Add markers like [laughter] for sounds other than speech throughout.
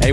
Hey,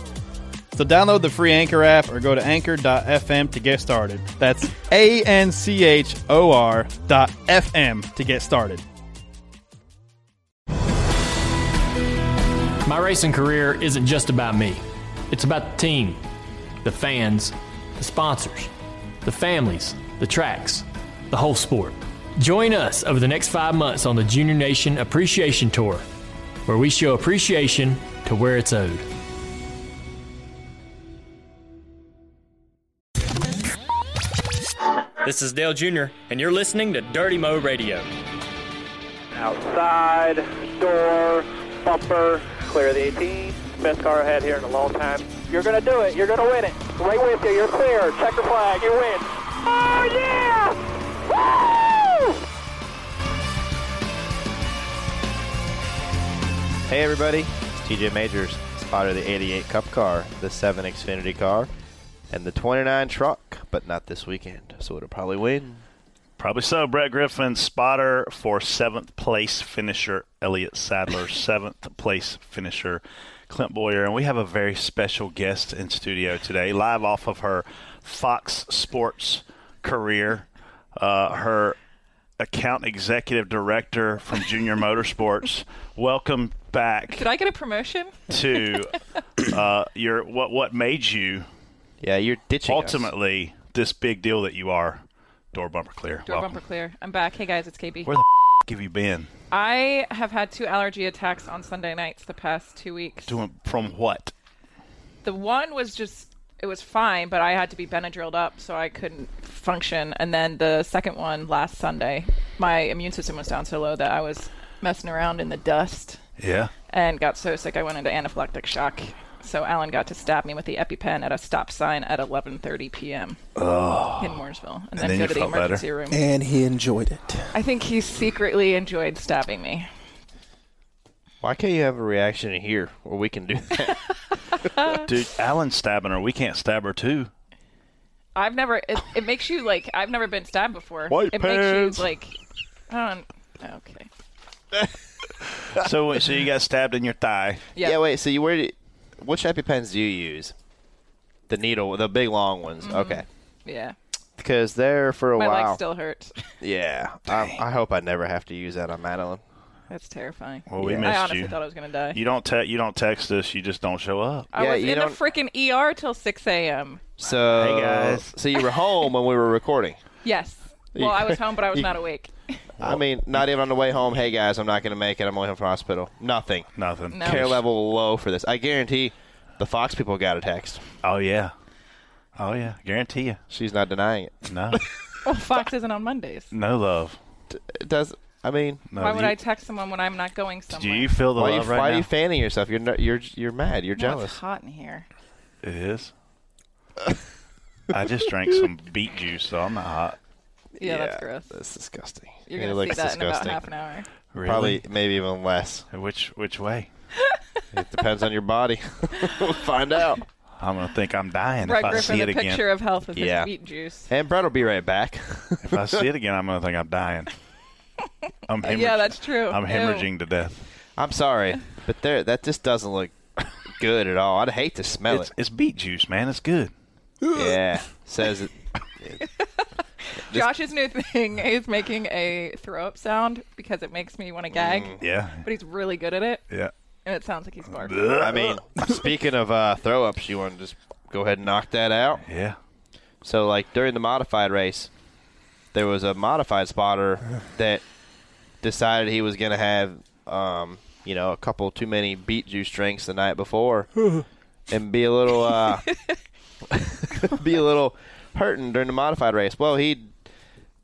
So download the free Anchor app or go to anchor.fm to get started. That's A N C H O R dot FM to get started. My racing career isn't just about me. It's about the team, the fans, the sponsors, the families, the tracks, the whole sport. Join us over the next five months on the Junior Nation Appreciation Tour, where we show appreciation to where it's owed. This is Dale Jr., and you're listening to Dirty Mo Radio. Outside, door, bumper, clear of the 18. Best car I had here in a long time. You're going to do it. You're going to win it. Right with you. You're clear. Checker flag. You win. Oh, yeah! Woo! Hey everybody, it's TJ Majors, spotter of the 88 Cup car, the 7 Xfinity car, and the 29 truck, but not this weekend, so it'll probably win. Probably so. Brett Griffin, spotter for seventh place finisher Elliot [laughs] Sadler, seventh place finisher Clint Boyer, and we have a very special guest in studio today, live off of her Fox Sports career. Uh, her account executive director from [laughs] Junior Motorsports. Welcome back Did I get a promotion? to uh, your what what made you Yeah, you're ditching us. ultimately this big deal that you are. Door bumper clear. Door Welcome. bumper clear. I'm back. Hey guys, it's KB. Where the f- have you been? I have had two allergy attacks on Sunday nights the past two weeks. Doing from what? The one was just it was fine, but I had to be Benadrylled up, so I couldn't function. And then the second one last Sunday, my immune system was down so low that I was messing around in the dust Yeah. and got so sick I went into anaphylactic shock. So Alan got to stab me with the EpiPen at a stop sign at 11:30 p.m. in Mooresville, and, then then you go to the felt better. emergency room. and he enjoyed it. I think he secretly enjoyed stabbing me. Why can't you have a reaction in here where we can do that? Dude, Alan's stabbing her. We can't stab her too. I've never. It, it makes you like. I've never been stabbed before. White it pants. makes you like. I don't. Okay. So so you got stabbed in your thigh. Yeah. Yeah, wait. So you where? do- Which EpiPens do you use? The needle, the big long ones. Okay, Yeah. because there for a Mm-hmm. My while. leg still hurts. yeah, I, I hope I never have to use that on Madeline. That's terrifying. Well, we I missed honestly you. thought I was gonna die. You don't te- you don't text us. You just don't show up. I Yeah, was you in don't- the freaking ER till 6 a.m. So Hey, guys. so you were home when we were recording. Yes. Well, I was home, but I was not awake. I mean, not even on the way home. Hey guys, I'm not going to make it. I'm only home from hospital. Nothing. Nothing. No. Care level low for this. I guarantee, the Fox people got a text. Oh yeah. Oh yeah. Guarantee you. She's not denying it. No. Well, Fox isn't on Mondays. No love. It does. I mean, No, Why would you- I text someone when I'm not going somewhere? Do you feel the why, you, love right why now? are you fanning yourself? You're no, you're you're mad. You're Well, it's jealous. hot in here. it is. I just drank some beet juice, so I'm not hot. Yeah, that's gross. That's disgusting. You're It gonna see looks that in disgusting. about half an hour. Probably maybe even less. Probably. Which which way? It depends on your body. [laughs] we'll find out. I'm gonna think I'm dying Brett if I Griffin, see it the again. picture of health with Yeah. his beet juice. And Brett will be right back. [laughs] If I see it again, I'm gonna think I'm [laughs] dying. I'm hemorrhaging. Yeah, that's true. I'm Ew. hemorrhaging to death. I'm sorry, but there that just doesn't look good at all. I'd hate to smell It's, it's beet juice, man. It's good. it. [laughs] Yeah, says it. Josh's new thing is making a throw up sound because it makes me want to gag, Yeah. but he's really good at it, Yeah. and it sounds like he's barfing. I mean, speaking of uh, throw ups, you want to just go ahead and knock that out. Yeah. So like during the modified race, there was a modified spotter that decided he was going to have um, you know, a couple too many beet juice drinks the night before and be a little uh, [laughs] be a little hurting during the modified race. Well, he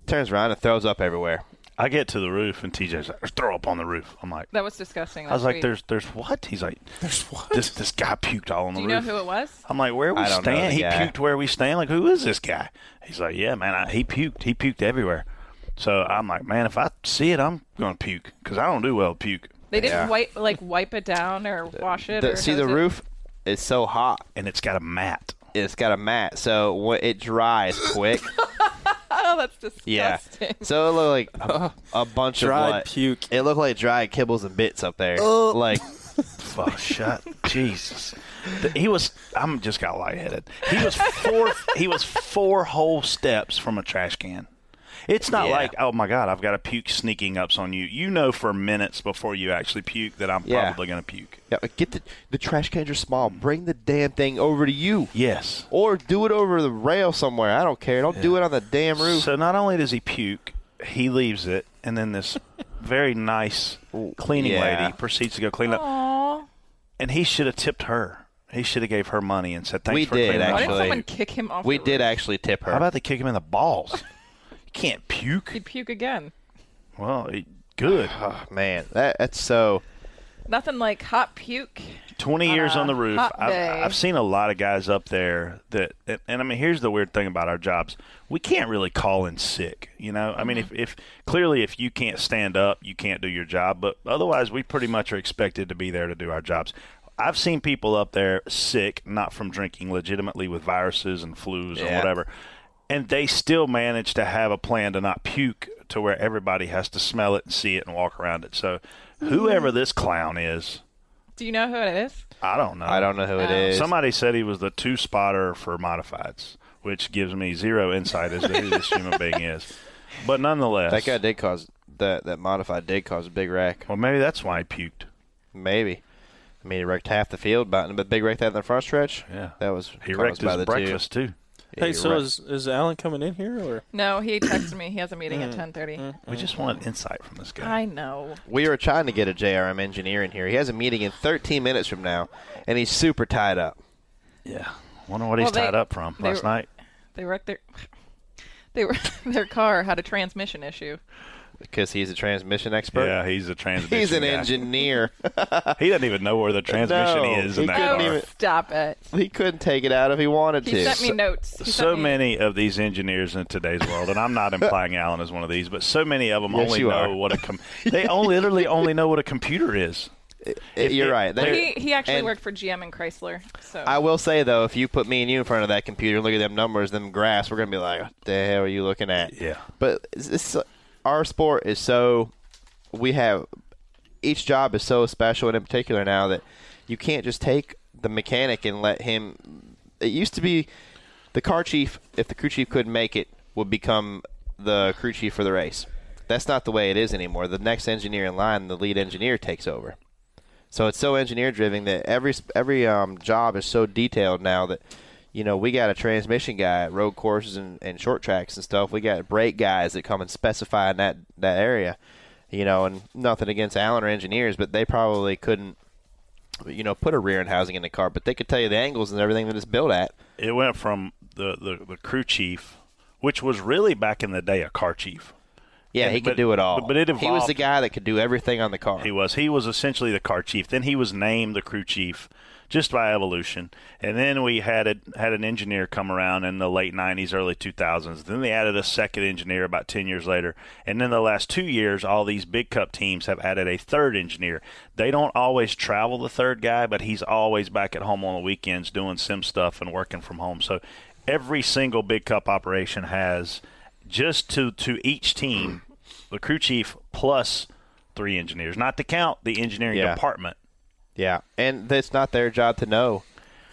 turns around and throws up everywhere. I get to the roof and TJ's like, throw up on the roof. I'm like, That was disgusting. I was last like, week. there's there's what? He's like, There's what? this this guy puked all on Do the you know roof. Oh, who it was? I'm like, where we I don't know stand? the He guy. puked where we stand. Like, who is this guy? He's like, yeah, man, I, he puked. He puked everywhere. So I'm like, man, if I see it, I'm gonna puke because I don't do well with puke. They didn't Yeah. wipe like wipe it down or wash it. The- or see the hose it? roof is so hot. And it's got a mat. It's got a mat, so when it dries quick. Oh, that's Yeah. disgusting. So it looked like a, a bunch Dried of what? puke. It looked like dried kibbles and bits up there. Like Oh, shut, Jesus! The- he was. I'm just got lightheaded. He was four. he was four whole steps from a trash can. It's not Yeah. like, oh my God, I've got a puke sneaking ups on you. You know for minutes before you actually puke that I'm Yeah. probably gonna puke. yeah, get the the trash cans are small. Bring the damn thing over to you. Yes. Or do it over the rail somewhere. I don't care. Don't do it on the damn roof. So not only does he puke, he leaves it, and then this very nice cleaning yeah. lady proceeds to go clean up. And he should have tipped her. He should have gave her money and said thanks We for did, cleaning Why up. didn't actually. someone kick him off? we the did Roof? actually tip her. How about they kick him in the balls? you can't puke. He'd puke again. Well, it- good. oh, man, that, that's so. Nothing like hot puke. Twenty years on the roof. hot I've, day. I've seen a lot of guys up there that, and, and I mean, here's the weird thing about our jobs: we can't really call in sick. You know, I mean, if, if clearly if you can't stand up, you can't do your job. But otherwise, we pretty much are expected to be there to do our jobs. I've seen people up there sick, not from drinking, legitimately with viruses and flus and Yeah. whatever, and they still manage to have a plan to not puke to where everybody has to smell it and see it and walk around it. So, whoever Mm-hmm. this clown is. Do you know who it is? I don't know. I don't know who it is. Somebody said he was the two spotter for modifieds, which gives me zero insight as to who this [laughs] human being is. But nonetheless, that guy did cause that that modified did cause a big wreck. well, maybe that's why he puked. Maybe. I mean, he wrecked half the field, but but big wreck that in the front stretch. Yeah. that was He caused wrecked by his the breakfast too. Two. Hey, He so wrecked- is is Alan coming in here or? No, he texted me. He has a meeting Mm. at ten thirty. We just want insight from this guy. I know. we were trying to get a JRM engineer in here. He has a meeting in 13 minutes from now, and he's super tied up. yeah. Wonder what Well, he's they- tied up from they last were- night. They wrecked their. They were [laughs] their car had a transmission issue. because he's a transmission expert. Yeah, he's a transmission. he's an guy. engineer. [laughs] [laughs] He doesn't even know where the transmission No, is in he that couldn't car. even- Oh, Stop it. he couldn't take it out if he wanted He to. sent me notes. He so sent me- many of these engineers in today's world, and I'm [laughs] not implying Alan is one of these, but so many of them Yes, only you know are. what a [laughs] com- they only literally only know what a computer is. It- You're it- right. There- He he actually and worked for GM and Chrysler. So I will say though, if you put me and you in front of that computer and look at them numbers, them graphs, we're gonna be like, "What the hell are you looking at?" Yeah. But it's, it's, our sport is so we have each job is so special, and in particular now that you can't just take the mechanic and let him. It used to be the car chief, if the crew chief couldn't make it, would become the crew chief for the race. That's not the way it is anymore. The next engineer in line, the lead engineer, takes over. So it's so engineer driven that every every um, job is so detailed now that you know we got a transmission guy at road courses and, and short tracks and stuff. We got brake guys that come and specify in that that area. You know, and nothing against Allen or engineers, but they probably couldn't you know put a rear end housing in the car, but they could tell you the angles and everything that it's built at. It went from the, the, the crew chief, which was really back in the day a car chief. Yeah, And- he could but- do it all. but- but it he was the evolved. guy that could do everything on the car. He was. He was essentially the car chief. Then he was named the crew chief just by evolution. And then we had a, had an engineer come around in the late 90s, early 2000s. Then they added a second engineer about 10 years later. And then the last 2 years all these big cup teams have added a third engineer. They don't always travel the third guy, but he's always back at home on the weekends doing sim stuff and working from home. So every single big cup operation has just to to each team the crew chief plus three engineers, not to count the engineering Yeah. department. Yeah, and it's not their job to know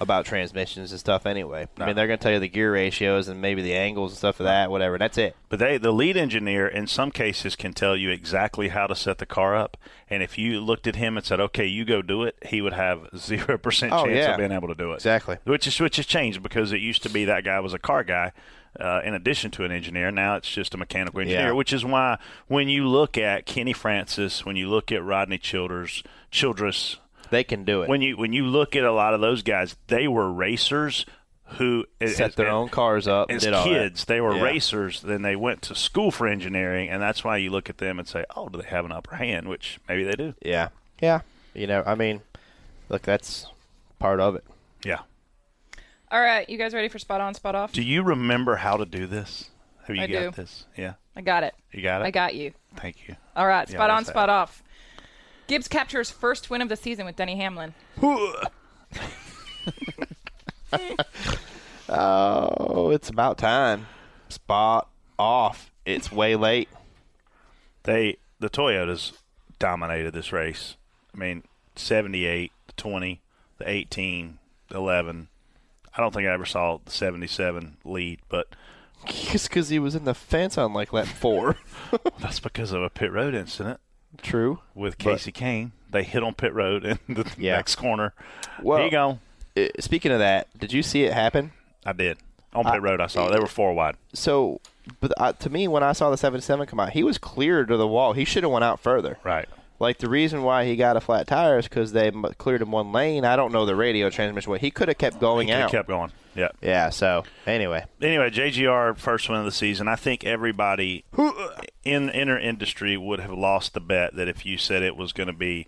about transmissions and stuff anyway. I mean, they're going to tell you the gear ratios and maybe the angles and stuff of that, whatever. That's it. But they, the lead engineer, in some cases, can tell you exactly how to set the car up. And if you looked at him and said, "Okay, you go do it," he would have [laughs] zero percent Oh, chance yeah. of being able to do it. Exactly. Which is which has changed because it used to be that guy was a car guy. uh, in addition to an engineer. Now it's just a mechanical engineer, Yeah. which is why when you look at Kenny Francis, when you look at Rodney Childers, Childress, They can do it. when you when you look at a lot of those guys, they were racers who set as- their as- own cars up, As did all that. kids, they were Yeah. racers. Then they went to school for engineering, and that's why you look at them and say, "Oh, do they have an upper hand?" Which maybe they do. Yeah, yeah. You know, I mean, look, that's part of it. Yeah. All right, you guys ready for spot on, spot off? Do you remember how to do this? Have you I got do. this? Yeah. I got it. You got it? I got you. Thank you. All right, Yeah, spot on, that's spot off. Gibbs captures first win of the season with Denny Hamlin. Oh, it's about time. Spot off. It's way late. They the Toyotas dominated this race. I mean, 78, the 20, the 18, the 11. I don't think I ever saw the 77 lead, but [laughs] Just because he was in the fence on like lap four. that's because of a pit road incident [laughs] True. with But- Casey Kane. They hit on pit road in the Yeah. next corner. Well- Here you go. Uh, speaking of that, did you see it happen? I did. On pit road, I saw it. They were four wide. So, but I, to me, when I saw the 77 come out, he was cleared to the wall. He should have went out further. Right. Like the reason why he got a flat tire is because they m- cleared him one lane. I don't know the radio transmission. What he could have kept going They out. kept going. Yeah. yeah. So anyway, anyway, JGR first win of the season. I think everybody in inner industry would have lost the bet that if you said it was going to be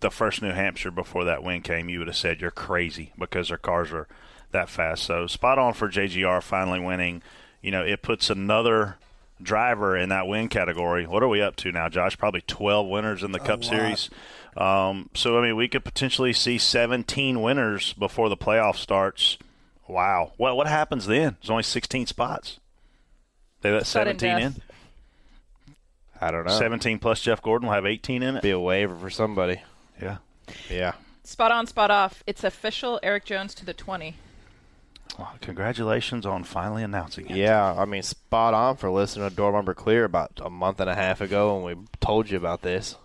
the first New Hampshire before that win came, you would have said you're crazy because their cars are that fast. So spot on for JGR finally winning. You know, it puts another driver in that win category. What are we up to now, Josh? Probably 12 winners in the Cup Series. Um, so I mean, we could potentially see 17 winners before the playoff starts. Wow. Well, what happens then? There's only 16 spots. They let Sudden 17 in. death. I don't know. 17 plus Jeff Gordon will have 18 in it. Be a waiver for somebody. Yeah. Yeah. Spot on, spot off. It's official. Eric Jones to the 20. Well, congratulations on finally announcing it. Yeah, I mean, spot on for listening to Door Number Clear about a month and a half ago when we told you about this.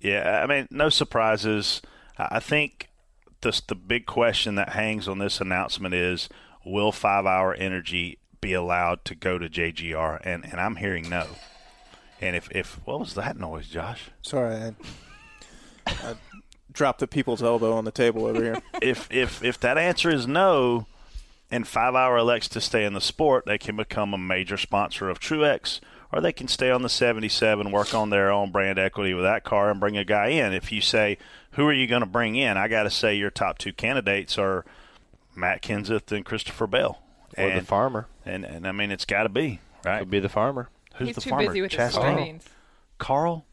Yeah, I mean, no surprises. I I think the the big question that hangs on this announcement is: Will Five Hour Energy be allowed to go to JGR? And and I'm hearing no. And if if what was that noise, Josh? Sorry, I, I dropped the people's elbow on the table over [laughs] here. if if if that answer is no, and Five Hour elects to stay in the sport, they can become a major sponsor of Truex, or they can stay on the 77, work on their own brand equity with that car, and bring a guy in. If you say, who are you going to bring in? I got to say your top two candidates are Matt Kenseth and Christopher Bell, Or the and, farmer. and and I mean it's got to be right. It'd be the farmer. Who's He's the too farmer? busy with his Chastain? soybeans. Carl.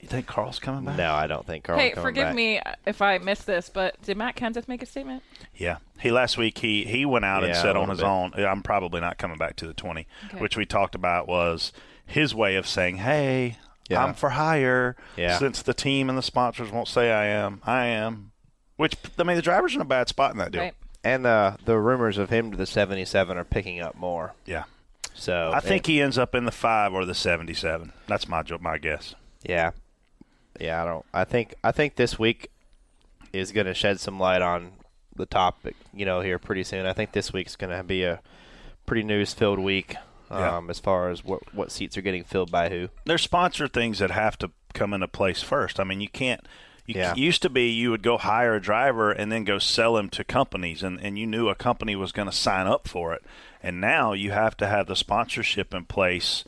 You think Carl's coming back? No, I don't think Carl. Hey, coming forgive back. me if I missed this, but did Matt Kenseth make a statement? Yeah, he last week he he went out and Yeah, said a on little his bit. own, "I'm probably not coming back to the 20," Okay. which we talked about was his way of saying, "Hey, Yeah. I'm for hire." Yeah. Since the team and the sponsors won't say I am, I am. Which I mean, the driver's in a bad spot in that deal. Right. And the the rumors of him to the 77 are picking up more. Yeah, So I think he ends up in the five or the 77. That's my jo- my guess. Yeah. Yeah, I don't. I think I think this week is going to shed some light on the topic. You know, here pretty soon. I think this week's going to be a pretty news filled week. Yeah. Um, as far as what what seats are getting filled by who. there's sponsor things that have to come into place first. I mean, you can't. You Yeah. it used to be you would go hire a driver and then go sell him to companies, and, and you knew a company was going to sign up for it. And now you have to have the sponsorship in place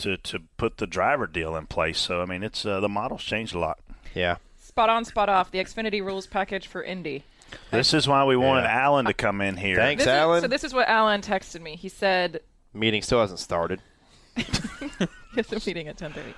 to, to put the driver deal in place. So I mean, it's uh, the model's changed a lot. Yeah. Spot on, spot off. The Xfinity rules package for Indy. This is why we wanted Alan to come in here. Thanks, This is- Alan. so this is what Alan texted me. He said [laughs] Meeting still hasn't started. It's a meeting at 10:30.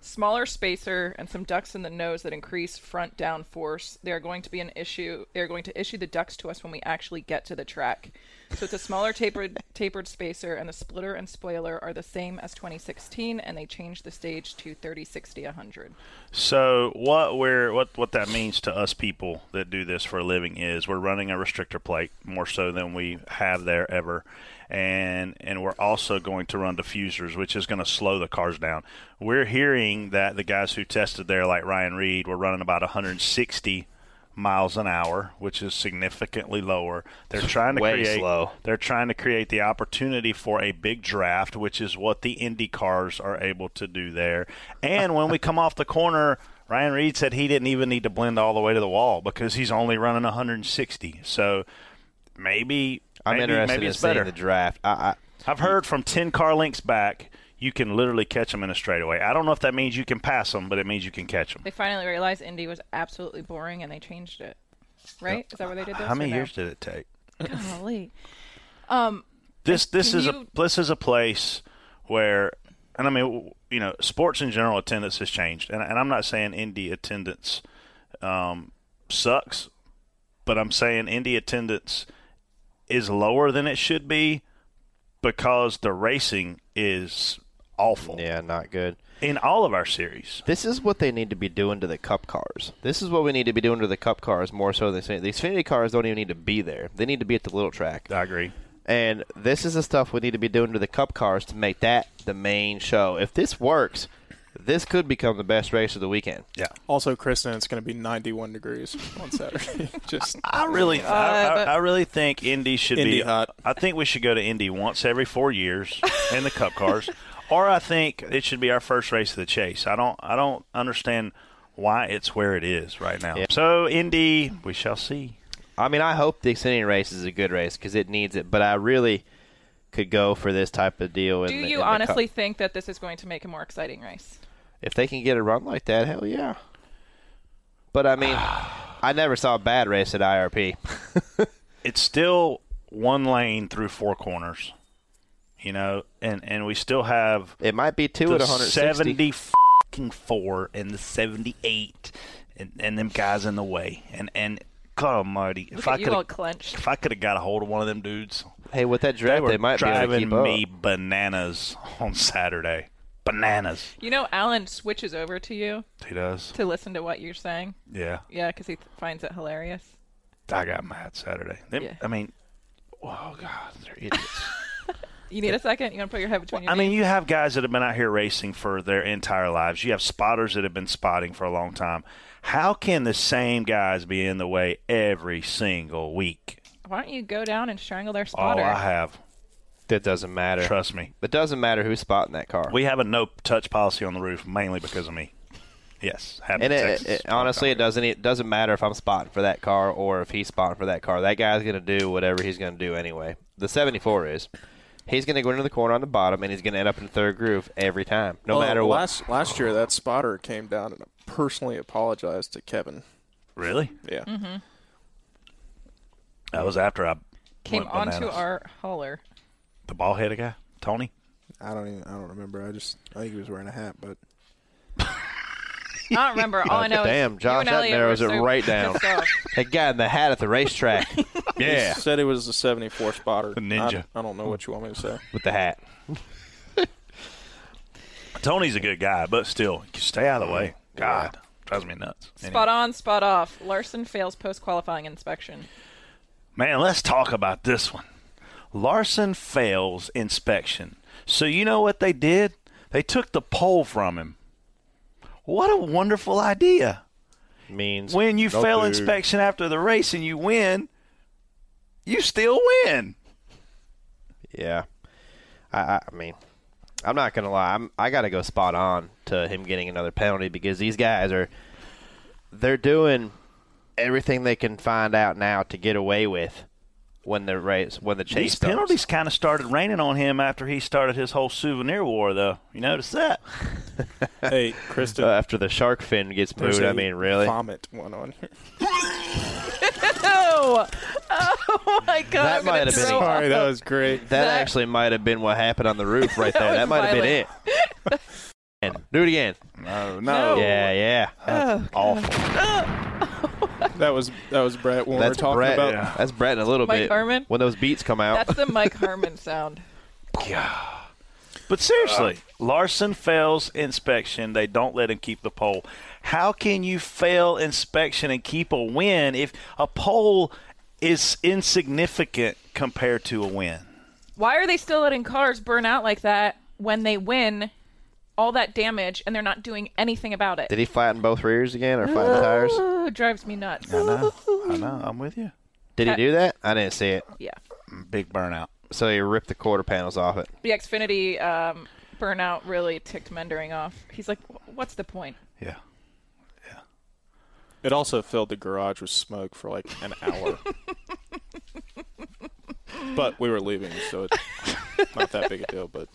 Smaller spacer and some ducts in the nose that increase front down force. They are going to be an issue. They are going to issue the ducts to us when we actually get to the track. So it's a smaller tapered [laughs] tapered spacer, and the splitter and spoiler are the same as 2016, and they changed the stage to 30, 60, 100. So what we're what what that means to us people that do this for a living is we're running a restrictor plate more so than we have there ever, and and we're also going to run diffusers, which is going to slow the cars down. We're hearing that the guys who tested there, like Ryan Reed, were running about 160 miles an hour, which is significantly lower. They're trying to Way create slow. they're trying to create the opportunity for a big draft, which is what the Indy cars are able to do there. And when we come off the corner, Ryan Reed said he didn't even need to blend all the way to the wall because he's only running 160. So maybe I'm maybe, interested maybe in it's seeing better. the draft. I, I, I've heard from 10 car links back, you can literally catch them in a straightaway. I don't know if that means you can pass them, but it means you can catch them. They finally realized Indy was absolutely boring and they changed it. Right? Is that what they did? This How many or no? years did it take? [laughs] Golly. This this Can is you- a this is a place where, and I mean, w- you know, sports in general attendance has changed, and, and I'm not saying Indy attendance um, sucks, but I'm saying Indy attendance is lower than it should be because the racing is awful yeah, not good. in all of our series. This is what they need to be doing to the cup cars. This is what we need to be doing to the cup cars more so than the Xfinity cars don't even need to be there. They need to be at the little track. I agree. And this is the stuff we need to be doing to the cup cars to make that the main show. If this works, this could become the best race of the weekend. Yeah. Also, Kristen, it's going to be 91 degrees on Saturday. [laughs] Just I really, Uh, I, I, I really think Indy should Indy be. hot. I think we should go to Indy once every four [laughs] years in the Cup cars, or I think it should be our first race of the chase. I don't, I don't understand why it's where it is right now. So Indy, we shall see. I mean, I hope the Xfinity race is a good race because it needs it, but I really could go for this type of deal. in Do the- in you the Cup. honestly think that this is going to make a more exciting race? If they can get a run like that, hell yeah. But [sighs] I mean, I never saw a bad race at IRP. It's still one lane through four corners, you know, and and we still have It might be two at the 160. seventy fucking four and the seventy eight, and and them guys in the way, and and. God Almighty! If Look I at you could all clenched. If I could have got a hold of one of them dudes, Hey, with that they draft, were they, might be able to driving keep me up. bananas on Saturday. Bananas. You know, Alan switches over to you He does. to listen to what you're saying. Yeah, Yeah, because he th- finds it hilarious. I got mad Saturday. Them- Yeah. I mean, oh God, they're idiots. You need a second? You want to put your head between your I knees? mean, you have guys that have been out here racing for their entire lives. You have spotters that have been spotting for a long time. How can the same guys be in the way every single week? Why don't you go down and strangle Oh, their All spotter? I have, That doesn't matter. trust me. It doesn't matter who's spotting that car. We have a no-touch policy on the roof mainly because of me. Yes, happened and in it, Texas. it- it- honestly, it doesn't. It doesn't matter if I'm spotting for that car or if he's spotting for that car. That guy's going to do whatever he's going to do anyway. The 74 is. He's going to go into the corner on the bottom, and he's going to end up in the third groove every time, no Well, matter what. Oh, Last last year, that spotter came down and personally apologized to Kevin. Really? Yeah, That was after I Came went onto bananas. our [laughs] hauler. the ball headed guy, Tony. I don't even. I don't remember. I just. I think he was wearing a hat, but I don't remember. All I know damn, is you Josh, and that Elliot were narrows it so right down. [laughs] [laughs] pissed off. that guy in the hat at the [laughs] racetrack. yeah, he said it was the [laughs] 74 spotter. The ninja. I, I don't know what you want me to say. with the hat. [laughs] Tony's a good guy, but still, you stay out of the way. Mm. God, drives me nuts. Spot on, spot off. Larson fails post qualifying inspection. Man, let's talk about this one. Larson fails inspection. So you know what they did? They took the pole from him. What a wonderful idea. Means When you fail boo. inspection after the race and you win, you still win. Yeah, I, I, I mean, I'm not gonna lie. I'm, I got to go spot on to him getting another penalty because these guys are they're doing everything they can find out now to get away with when the race when the chase These starts. penalties kind of started raining on him after he started his whole souvenir war, though. You notice that? hey, Kristen. Uh, after the shark fin gets there's moved. a I mean, really. Vomit one on here. [laughs] Oh, oh my god! That I'm gonna might [laughs] have been- throw Sorry, up. that was great. That, That- actually might have been what happened on the roof [laughs] right there. was that might have been violent. it. And do it again. No, no. Oh, No. Yeah, yeah. Awful. That was that was Brett when That's we were talking Brett. about. yeah. That's Brett in a little Mike bit. Harmon? When those beats come out. That's the Mike Herman sound. But seriously, Larson fails inspection. They don't let him keep the pole. How can you fail inspection and keep a win if a pole is insignificant compared to a win? Why are they still letting cars burn out like that when they win? all that damage and they're not doing anything about it. Did he flatten both rears again or flatten the tires? Ooh, it drives me nuts. I know. I know. I'm with you. Did he do that? I didn't see it. Yeah. Big burnout. So he ripped the quarter panels off it. The Xfinity um, burnout really ticked Mendering off. He's like, "Wh- what's the point? Yeah. It also filled the garage with smoke for like an [laughs] hour. but we were leaving, so it's not that big a deal. But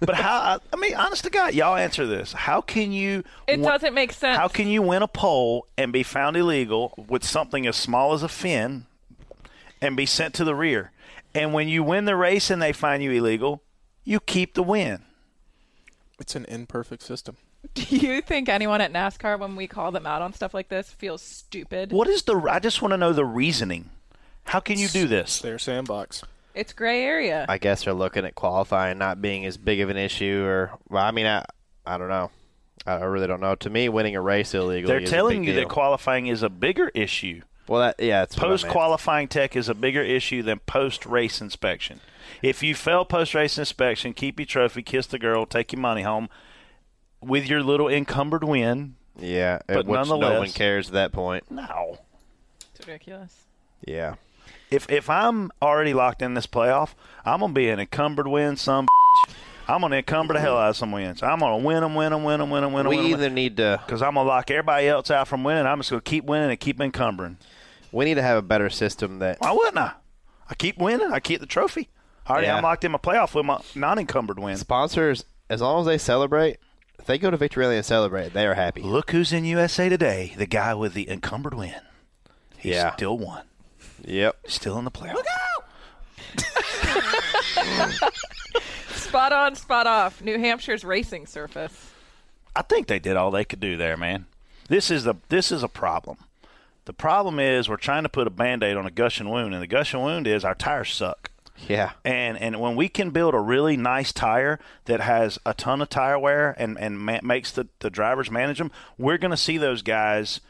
But how? I, I mean, honest to God, y'all answer this. How can you? It wa- doesn't make sense. [laughs] How can you win a poll and be found illegal with something as small as a fin, and be sent to the rear? And when you win the race and they find you illegal, you keep the win. it's an imperfect system. Do you think anyone at NASCAR, when we call them out on stuff like this, feels stupid? What is the? I just want to know the reasoning. How can you do It's this? their sandbox. It's gray area. I guess they're looking at qualifying not being as big of an issue, or well, I mean, I I don't know. I I really don't know. To me, winning a race illegally, They're is a telling big you that deal. qualifying is a bigger issue. well, that, yeah, it's Post qualifying tech is a bigger issue than post race inspection. If you fail post race inspection, keep your trophy, kiss the girl, take your money home with your little encumbered win. Yeah, but which no one nonetheless- cares at that point. No. It's ridiculous. Yeah, If if I'm already locked in this playoff, I'm gonna be an encumbered win some. [laughs] bitch. I'm gonna encumber the hell out of some wins. I'm gonna win them, win them, win them, win them, win them. we either need to because I'm gonna lock everybody else out from winning. I'm just gonna keep winning and keep encumbering. we need to have a better system that Why wouldn't I? I keep winning. I keep the trophy. I already Yeah. I'm locked in my playoff with my non-encumbered win. sponsors, as long as they celebrate, if they go to Victory Lane and celebrate, they are happy. Look who's in USA Today. The guy with the encumbered win. He Yeah. still won. Yep. Still in the playoff. Spot on, spot off. New Hampshire's racing surface. I think they did all they could do there, man. This is the this is a problem. The problem is we're trying to put a band-aid on a gushing wound, and the gushing wound is our tires suck. Yeah. And and when we can build a really nice tire that has a ton of tire wear and and ma- makes the the drivers manage them, we're going to see those guys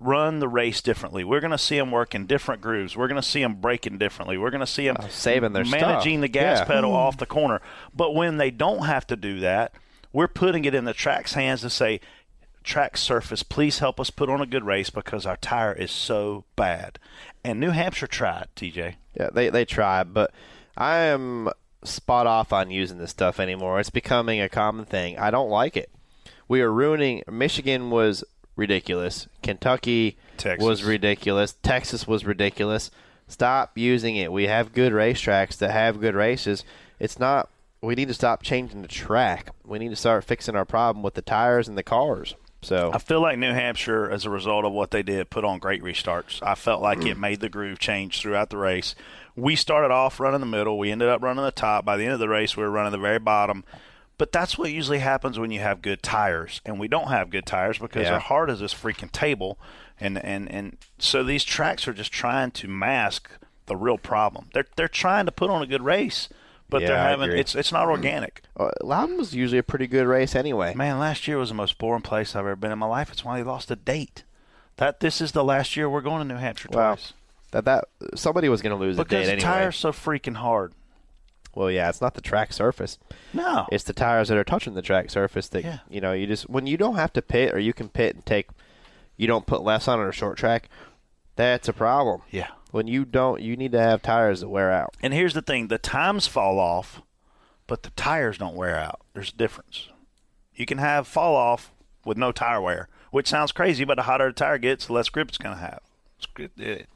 run the race differently. We're going to see them work in different grooves. We're going to see them braking differently. We're going to see them Uh, saving their stuff. managing the gas Yeah. pedal off the corner. But when they don't have to do that, we're putting it in the track's hands to say. Track surface, please help us put on a good race because our tire is so bad. And New Hampshire tried, TJ. Yeah, they they try, but I am spot off on using this stuff anymore. It's becoming a common thing. I don't like it. We are ruining. Michigan was ridiculous. Kentucky Texas. was ridiculous. Texas was ridiculous. Stop using it. We have good racetracks that have good races. It's not. We need to stop changing the track. We need to start fixing our problem with the tires and the cars. So I feel like New Hampshire, as a result of what they did, put on great restarts. I felt like it made the groove change throughout the race. We started off running the middle. We ended up running the top. By the end of the race, we were running the very bottom. But that's what usually happens when you have good tires, and we don't have good tires because Yeah. they're hard as this freaking table, and and and so these tracks are just trying to mask the real problem. They're they're trying to put on a good race, but Yeah, they're I having agree. it's it's not organic. uh, Loudon was usually a pretty good race anyway. Man, last year was the most boring place I've ever been in my life. It's why they lost a date. That this is the last year we're going to New Hampshire Wow. twice That that somebody was going to lose a because date the anyway. tire's so freaking hard. Well, yeah, it's not the track surface. No, It's the tires that are touching the track surface that Yeah. you know you just when you don't have to pit or you can pit and take you don't put less on it or short track. That's a problem. Yeah. When you don't, you need to have tires that wear out. and here's the thing: the times fall off, but the tires don't wear out. There's a difference. You can have fall off with no tire wear, which sounds crazy, but the hotter the tire gets, the less grip it's going to have. It's good- it-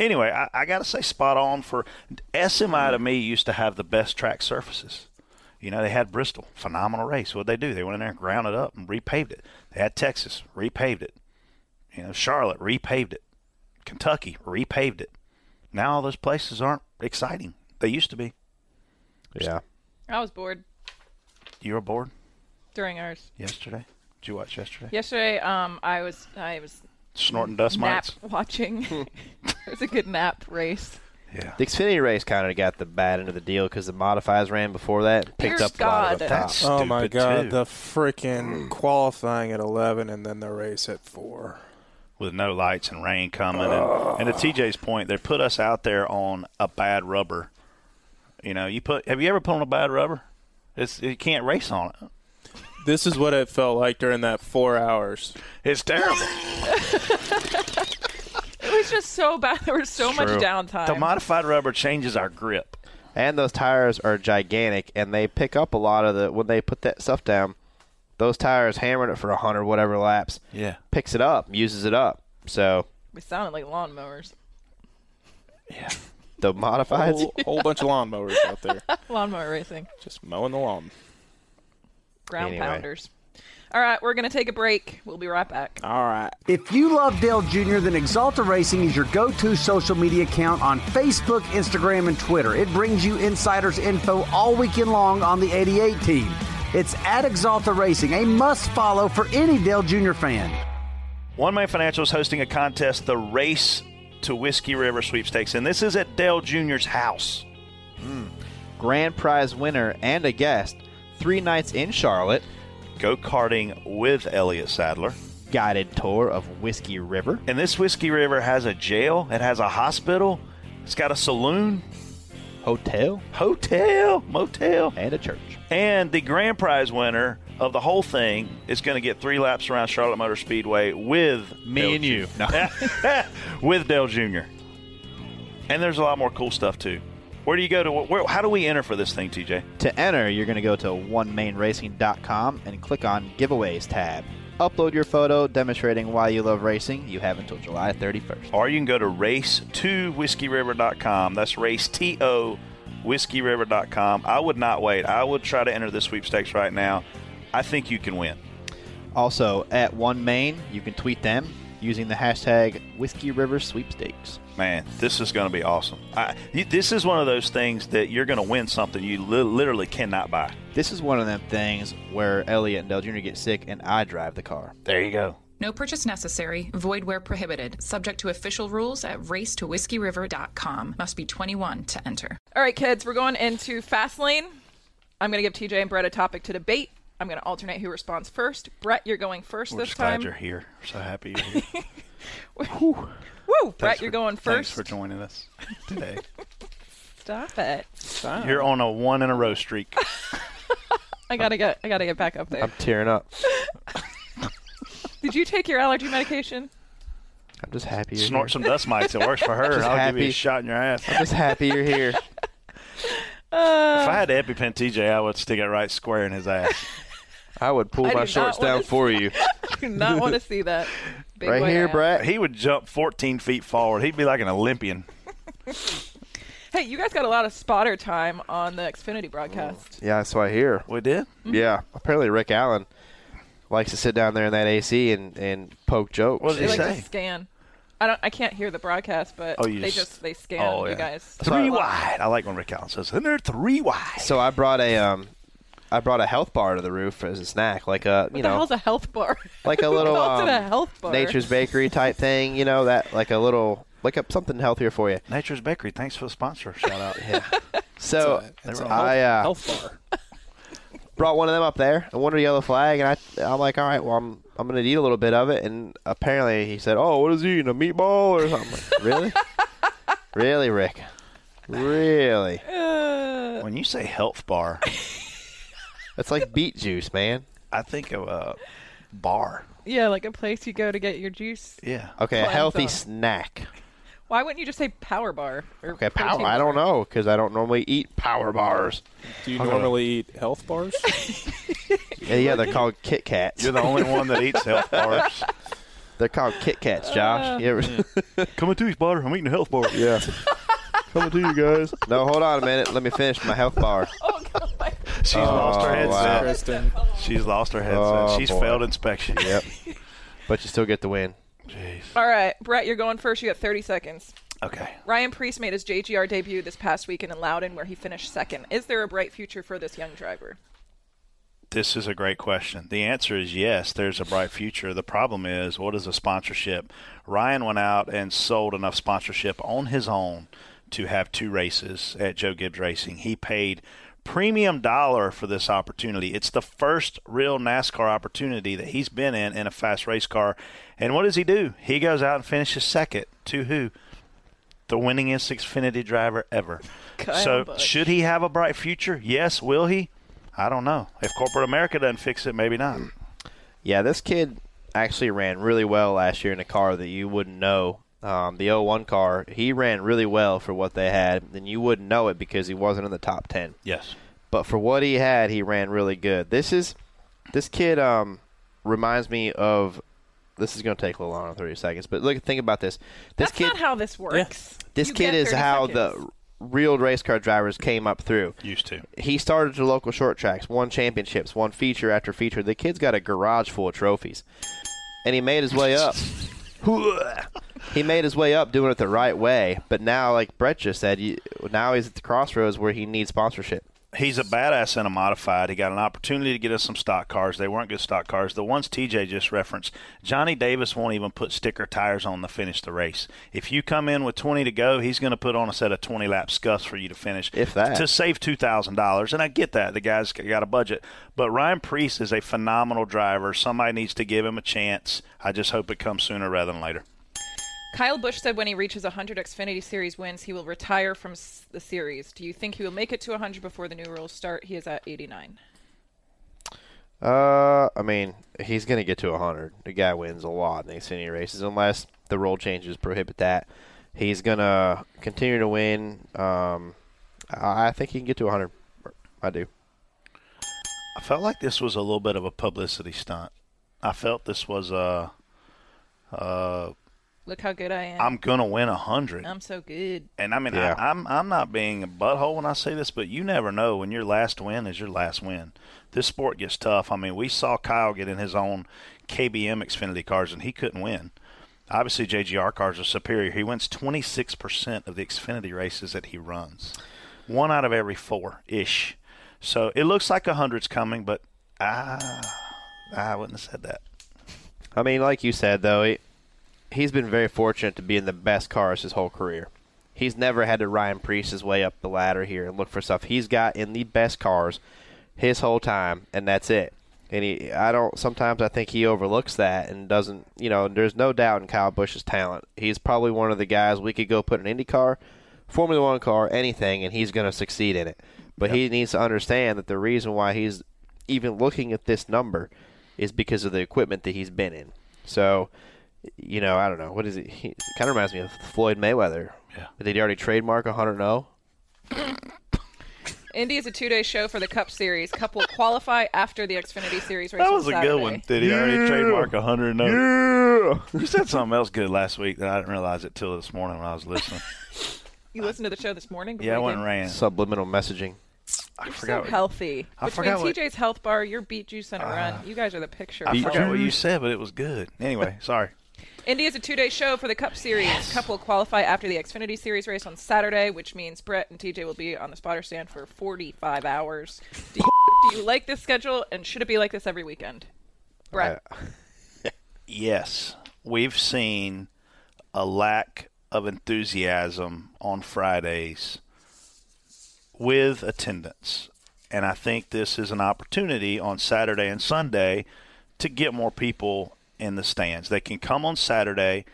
Anyway, I, I got to say, spot on for SMI to me used to have the best track surfaces. You know, they had Bristol, phenomenal race. What'd they do? They went in there and ground it up and repaved it. They had Texas, repaved it. You know, Charlotte repaved it. Kentucky repaved it. Now all those places aren't exciting. They used to be. Yeah. I was bored You were bored during ours. yesterday. Did you watch yesterday? Yesterday, um, I was I was Snorting dust nap mites. [laughs] watching. it was a good nap race. Yeah. The Xfinity race kind of got the bad end of the deal because the modifiers ran before that and picked Dear up a lot of God. the top. That's- Oh my Stupid, God! too. Mm. The freaking qualifying at eleven and then the race at four. With no lights and rain coming. And, and to TJ's point, they put us out there on a bad rubber. You know, you put. Have you ever put on a bad rubber? It's you can't race on it. This is what it felt like during that four hours. It's terrible. It was just so bad. There was so much True. downtime. The modified rubber changes our grip. And those tires are gigantic, and they pick up a lot of the when they put that stuff down. Those tires hammered it for a hundred whatever laps. Yeah. picks it up, uses it up. So we sounded like lawnmowers. the modifieds. Whole, whole bunch of lawnmowers out there, Lawnmower racing. just mowing the lawn. Ground Anyway. pounders. All right, we're going to take a break. We'll be right back. All right. If you love Dale Jr., then Exalta Racing is your go to social media account on Facebook, Instagram, and Twitter. It brings you insiders' info all weekend long on the 88 team. It's at Exalta Racing, a must follow for any Dale Jr. fan. One Man Financial is hosting a contest, the Race to Whiskey River Sweepstakes, and this is at Dale Jr.'s house. grand prize winner and a guest, three nights in Charlotte, Go karting with Elliot Sadler. guided tour of Whiskey River. And this Whiskey River has a jail, it has a hospital, it's got a saloon, hotel, hotel, motel. and a church. And the grand prize winner of the whole thing is going to get three laps around Charlotte Motor Speedway with Me and you. Jr. [laughs] with Dale Jr. And there's a lot more cool stuff too. Where do you go to? Where, how do we enter for this thing, TJ? To enter, you're going to go to onemainracing.com and click on Giveaways tab. Upload your photo demonstrating why you love racing. You have until July 31st. Or you can go to race2whiskeyriver.com. That's race T O whiskeyriver.com. I would not wait. I would try to enter the sweepstakes right now. I think you can win. Also, at OneMain, you can tweet them using the hashtag Whiskey River Sweepstakes. Man, this is going to be awesome. I, you, this is one of those things that you're going to win something you li- literally cannot buy. This is one of them things where Elliot and Del Jr. get sick and I drive the car. There you go. No purchase necessary, void where prohibited, subject to official rules at racetowhiskeyriver.com. Must be 21 to enter. All right, kids, we're going into fast lane. I'm going to give TJ and Brett a topic to debate. I'm going to alternate who responds first. Brett, you're going 1st We're this just time. glad you're here. We're so happy you're here. Thanks Woo, Brett, you're for- going Thanks first. for joining us today. Stop it. you're on a one in a row [laughs] streak. I Um, gotta get. I gotta get back up there. I'm tearing up. Did you take your allergy medication? [laughs] I'm just happy. You're Snort here. some dust mites. It works for her. Just I'll give you happy. a shot in your [laughs] ass. I'm just happy you're here. [laughs] If I had EpiPen TJ, I would stick it right square in his ass. [laughs] I would pull I do my not shorts wanna down for [laughs] you. I do not want to see that. Big Right white here, ass. Brett. He would jump 14 feet forward. He'd be like an Olympian. Hey, you guys got a lot of spotter time on the Xfinity broadcast. Yeah, that's what I hear. We did? Mm-hmm. Yeah. Apparently, Rick Allen likes to sit down there in that AC and, and poke jokes. What They did like he to say? scan. I don't. I can't hear the broadcast, but Oh, you they just- just they scan oh, you yeah. guys. Three wide. I like when Rick Allen says, and they're three wide. So I brought a um, I brought a health bar to the roof as a snack, like a you What the know, hell's a [laughs] health bar? [laughs] like a Who little calls um, it a health bar? Nature's Bakery type thing. You know that, like a little, like a, something healthier for you. Nature's Bakery, thanks for the sponsor. Shout out. [laughs] So They were all- I uh, Health bar. brought one of them up there, and one a yellow flag, and I, I'm like, all right, well, I'm, I'm gonna eat a little bit of it, and apparently he said, oh, what is he eating, a meatball or something? Like, really, really, Rick, really? when you say health bar, It's like beet juice, man. I think of a bar. Yeah, like a place you go to get your juice. Yeah. Okay, a Cleanse healthy up. snack. Why wouldn't you just say power bar? Or Okay, power. protein I bar? don't know because I don't normally eat power bars. [laughs] Do you normally eat health bars? Yeah, yeah, they're called Kit Kats. You're the only one that eats health bars. [laughs] They're called Kit Kats, Josh. You ever- Coming to you, spotter. I'm eating a health bar. yeah. Coming to you guys. [laughs] No, hold on a minute. Let me finish my health bar. Oh god. She's lost her wow. headset. Kristen. She's lost her headset. Oh, She's boy. failed inspection. Yep. But you still get the win. Jeez. All right, Brett, you're going first. You got 30 seconds. Okay. Ryan Priest made his JGR debut this past weekend in Loudon, where he finished second. Is there a bright future for this young driver? This is a great question. The answer is yes, there's a bright future. The problem is, what is a sponsorship? Ryan went out and sold enough sponsorship on his own to have two races at Joe Gibbs Racing. He paid premium dollar for this opportunity. It's the first real NASCAR opportunity that he's been in in a fast race car. And what does he do? He goes out and finishes second to who? The winningest Xfinity driver ever. [laughs] Kyle so, Busch. should he have a bright future? Yes. Will he? I don't know. If corporate America doesn't fix it, maybe not. Yeah, this kid actually ran really well last year in a car that you wouldn't know. Um, the 01 car, he ran really well for what they had, and you wouldn't know it because he wasn't in the top 10. Yes. But for what he had, he ran really good. This is this kid um, reminds me of this is going to take a little longer, 30 seconds, but look think about this. This That's kid not how this works. this You kid get is 30 how seconds. the real race car drivers came up through. Used to. He started to local short tracks, won championships, won feature after feature. The kid's got a garage full of trophies. And he made his way up. he made his way up doing it the right way. But now, like Brett just said, you, now he's at the crossroads where he needs sponsorship. He's a badass and a modified. He got an opportunity to get us some stock cars. They weren't good stock cars. The ones TJ just referenced, Johnny Davis won't even put sticker tires on to finish the race. If you come in with 20 to go, he's going to put on a set of 20 lap scuffs for you to finish. If that. To save $2,000. And I get that. The guy's got a budget. But Ryan Priest is a phenomenal driver. Somebody needs to give him a chance. I just hope it comes sooner rather than later. Kyle Bush said when he reaches 100 Xfinity Series wins, he will retire from s- the series. Do you think he will make it to 100 before the new rules start? He is at 89. Uh, I mean, he's going to get to 100. The guy wins a lot in the Xfinity races, unless the rule changes prohibit that. He's going to continue to win. Um, I I think he can get to 100. I do. I felt like this was a little bit of a publicity stunt. I felt this was a. Uh, Look how good I am. I'm gonna win a hundred. I'm so good. And I mean, Yeah. I, I'm I'm not being a butthole when I say this, but you never know when your last win is your last win. This sport gets tough. I mean, we saw Kyle get in his own KBM Xfinity cars, and he couldn't win. Obviously, JGR cars are superior. He wins 26% of the Xfinity races that he runs, one out of every four ish. So it looks like a hundred's coming, but I I wouldn't have said that. I mean, like you said, though, he, he's been very fortunate to be in the best cars his whole career. He's never had to Ryan Priest his way up the ladder here and look for stuff. He's got in the best cars his whole time, and that's it. And he, I don't. Sometimes I think he overlooks that and doesn't. You know, there's no doubt in Kyle Bush's talent. He's probably one of the guys we could go put in an Indy car, Formula One car, anything, and he's going to succeed in it. But he needs to understand that the reason why he's even looking at this number is because of the equipment that he's been in. So, you know, I don't know. What is it? [laughs] He, it kind of reminds me of Floyd Mayweather. Yeah. Did he already trademark 100 0? Indy is a two-day show for the Cup Series. Cup will qualify after the Xfinity Series race. That on was a Saturday. good one. Did he already trademark 100 and over? You said something else good last week that I didn't realize it till this morning when I was listening. You listened to the show this morning? yeah, I before you went and came? ran. Subliminal messaging. I So forgot. what- healthy. I Between forgot what- Ah. TJ's health bar, your beet juice and a run, you guys are the picture. I of health. forgot what you said, but it was good. Anyway, sorry. Indy is a two-day show for the Cup Series. Cup will qualify after the Xfinity Series race on Saturday, which means Brett and TJ will be on the spotter stand for 45 hours. Do you, do you like this schedule, and should it be like this every weekend? Brett, Yes, we've seen a lack of enthusiasm on Fridays with attendance. And I think this is an opportunity on Saturday and Sunday to get more people in the stands. They can come on Saturday,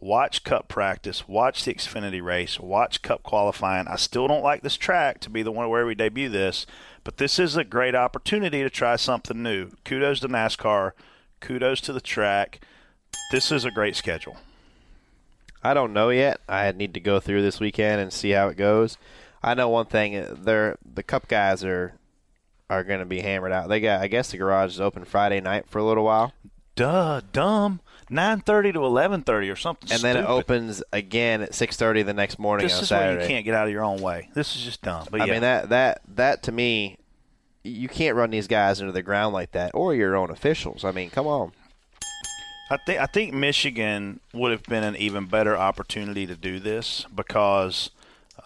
watch cup practice, watch the Xfinity race, watch cup qualifying. I still don't like this track to be the one where we debut this, but this is a great opportunity to try something new. Kudos to NASCAR, kudos to the track. This is a great schedule. I don't know yet. I need to go through this weekend and see how it goes. I know one thing. uh, They're, the Cup guys are are going to be hammered out. They got. I guess the garage is open Friday night for a little while, Duh, dumb. 9:30 to 11:30 or something and then it stupid. opens again at 6:30 the next morning This on is Saturday. where you can't get out of your own way. This is just dumb. But I yeah. mean that that that to me, you can't run these guys into the ground like that, or your own officials. I mean, come on. I think I think Michigan would have been an even better opportunity to do this because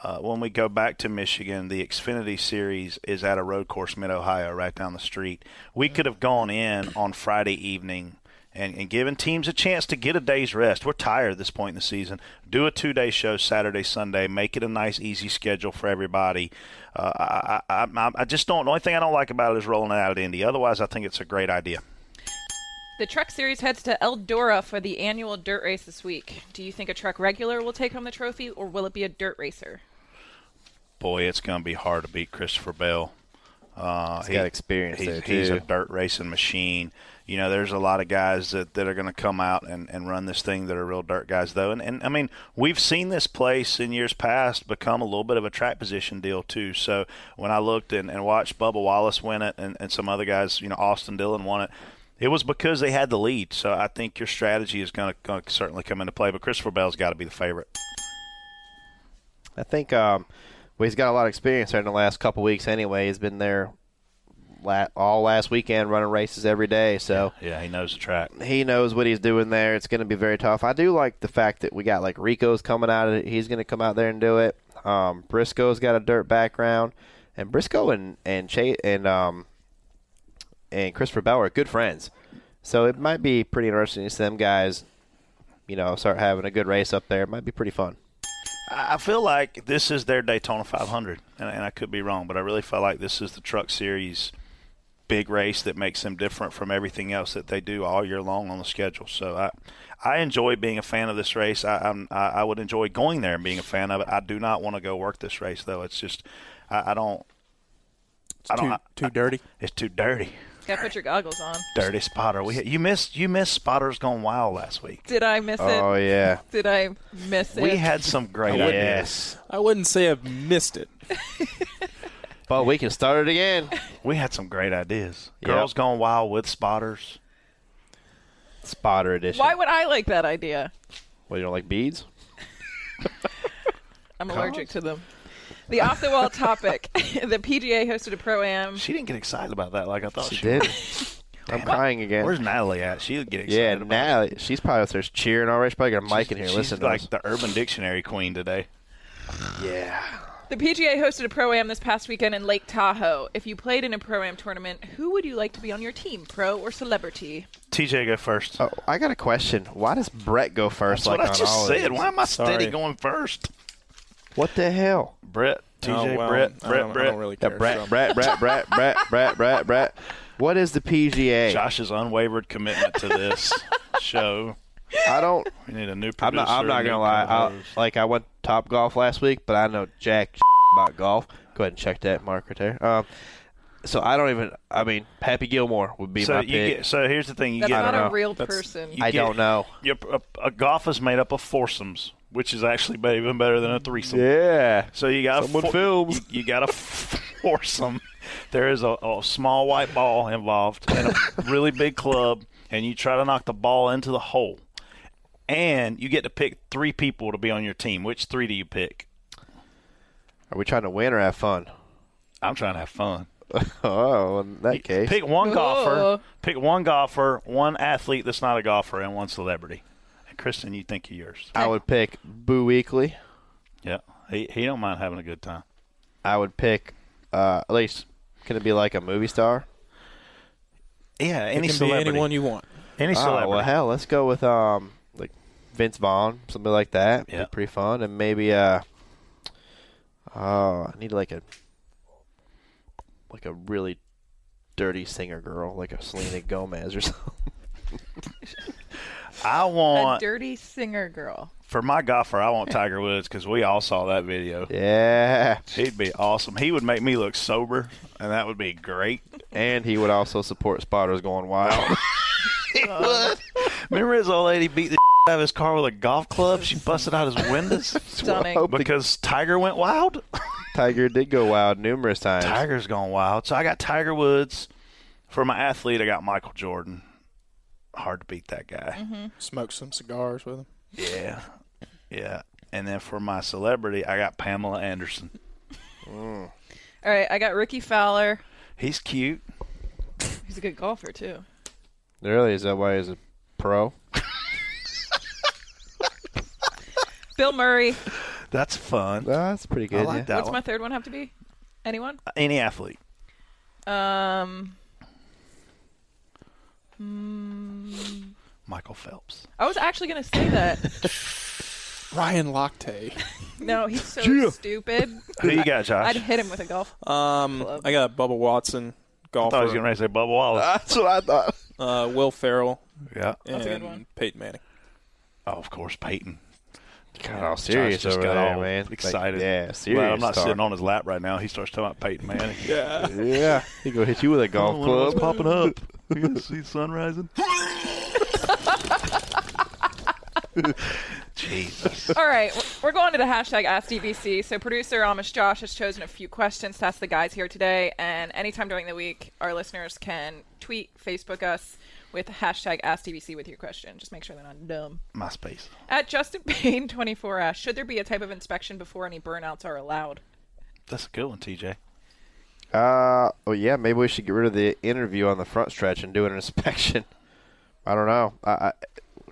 uh, when we go back to Michigan, the Xfinity Series is at a road course mid Ohio, right down the street. We could have gone in on Friday evening. And, and given teams a chance to get a day's rest. We're tired at this point in the season. Do a two day show Saturday, Sunday. Make it a nice, easy schedule for everybody. Uh, I, I, I, I just don't. The only thing I don't like about it is rolling it out at Indy. Otherwise, I think it's a great idea. the Truck Series heads to Eldora for the annual dirt race this week. Do you think a truck regular will take home the trophy, or will it be a dirt racer? boy, it's going to be hard to beat Christopher Bell. Uh, He's got experience he's, there, he's too. a dirt racing machine. You know, there's a lot of guys that, that are going to come out and, and run this thing that are real dirt guys, though. And, and I mean, we've seen this place in years past become a little bit of a track position deal, too. So when I looked and, and watched Bubba Wallace win it and, and some other guys, you know, Austin Dillon won it, it was because they had the lead. So I think your strategy is going to certainly come into play. But Christopher Bell's got to be the favorite. I think um, well, he's got a lot of experience there in the last couple weeks. Anyway, he's been there la- all last weekend, running races every day. So Yeah, he knows the track. he knows what he's doing there. It's going to be very tough. I do like the fact that we got like Rico's coming out of it. He's going to come out there and do it. Um, Briscoe's got a dirt background, and Briscoe and and Chase and um and Christopher Bell are good friends. So it might be pretty interesting to see them guys, you know, start having a good race up there. It might be pretty fun. I feel like this is their Daytona 500, and, and I could be wrong, but I really feel like this is the Truck Series big race that makes them different from everything else that they do all year long on the schedule. So I, I enjoy being a fan of this race. I, I'm, I I would enjoy going there and being a fan of it. I do not want to go work this race though. It's just, I, I don't. I don't. Too, I- too dirty. it's too dirty. Gotta put your goggles on. Dirty Spotter. We you missed you missed Spotter's Gone Wild last week. Did I miss Oh it? yeah. Did I miss it? We had some great ideas. Yes. I wouldn't say I've missed it. But we can start it again. We had some great ideas. Yeah. Girls Gone Wild with Spotters. [laughs] Spotter edition. Why would I like that idea? What, you don't like beads? I'm allergic to them. The off the wall topic. [laughs] the PGA hosted a pro am. She didn't get excited about that like I thought she, Did. I'm crying again. Where's Natalie at? She'd get excited. yeah, about now she's probably up there cheering already. She's probably got a it. mic in here. She's Listen to like us. the Urban Dictionary queen today. Yeah. The PGA hosted a pro am this past weekend in Lake Tahoe. If you played in a pro am tournament, who would you like to be on your team, pro or celebrity? TJ, go first. Oh, I got a question. Why does Brett go first? That's like what I on just all said. Of these? Why am I steady Sorry. going first? What the hell? Brett, TJ, Oh, well, Brett, I Brett, don't- I Brett. don't really Yeah, care. Brett, so- Brett, Brett, Brett, Brett, Brett, Brett, Brett. What is the PGA? Josh's unwavered commitment to [laughs] this show. I don't. We need a new producer. I'm not. I'm not new gonna lie. I, co-host. like I went top golf last week, but I know jack [laughs] about golf. Go ahead and check that mark right there. Um, so I don't even. I mean, Pappy Gilmore would be so my you pick. get. So here's the thing. You That's get. not don't a know. real That's- person. you I get- don't know. Your, a, a golf is made up of foursomes, which is actually be- even better than a threesome. Yeah. So you got Someone films. You, you got to force them. There is a, a small white ball involved and a really big club, and you try to knock the ball into the hole. And you get to pick three people to be on your team. Which three do you pick? Are we trying to win or have fun? [laughs] I'm trying to have fun. Oh, in that case, Pick one Oh. golfer. Pick one golfer, one athlete that's not a golfer, and one celebrity. And Kristen, you think of yours? I would pick Boo Weekly. Yeah, he he don't mind having a good time. I would pick uh, at least. Can it be like a movie star? Yeah, any It can celebrity, Ah, be anyone you want. any celebrity. Oh well, hell, let's go with um like Vince Vaughn, something like that. Yeah. Be pretty fun, and maybe uh oh, I need like a like a really dirty singer girl, like a Selena Gomez or [laughs] something. I A want dirty singer girl. for my golfer. I want Tiger Woods because we all saw that video. Yeah, He'd be awesome. He would make me look sober, and that would be [laughs] great. and he would also support spotters [laughs] going wild. Remember his old lady beat the out of his car with a golf club? She busted out his [laughs] windows Stunning. Whoa. because Tiger went wild. Tiger did go wild numerous times. Tiger's gone wild. So I got Tiger Woods for my athlete. I got Michael Jordan. Hard to beat that guy. Mm-hmm. Smoke some cigars with him. Yeah, yeah. And then for my celebrity, I got Pamela Anderson. All right, I got Ricky Fowler. He's cute. He's a good golfer too. Really, is that why he's a pro? Bill Murray. That's fun. Well, that's pretty good. I like yeah. that What's one. my third one have to be? Anyone? Any athlete. Um, Michael Phelps. I was actually gonna [laughs] say that. Ryan Lochte. No, he's so stupid. Who you got, Josh? I'd hit him with a golf. [laughs] Um, I got Bubba Watson, I thought I golfer, was going to say Bubba Wallace. [laughs] That's what I thought. uh, Will Ferrell, yeah. and a good one. Peyton Manning. Oh, of course, Peyton. God, all serious Josh just over got there, all man. Like, Excited. yeah, serious. Well, I'm not talk. sitting on his lap right now. He starts talking about Peyton Manning. Yeah. Yeah, he gonna hit you with a golf [laughs] One of club. us popping [laughs] up. You gonna see the sun [laughs] rising? Jesus. All right, w- we're going to the hashtag AskDBC. So producer Amish Josh has chosen a few questions to ask the guys here today, and anytime during the week, our listeners can tweet, Facebook us with hashtag AskDBC with your question. Just make sure they're not dumb. MySpace. At Justin Payne twenty four asks, should there be a type of inspection before any burnouts are allowed? That's a good one, TJ. Uh, well, yeah, maybe we should get rid of the interview on the front stretch and do an inspection. [laughs] I don't know. I, I,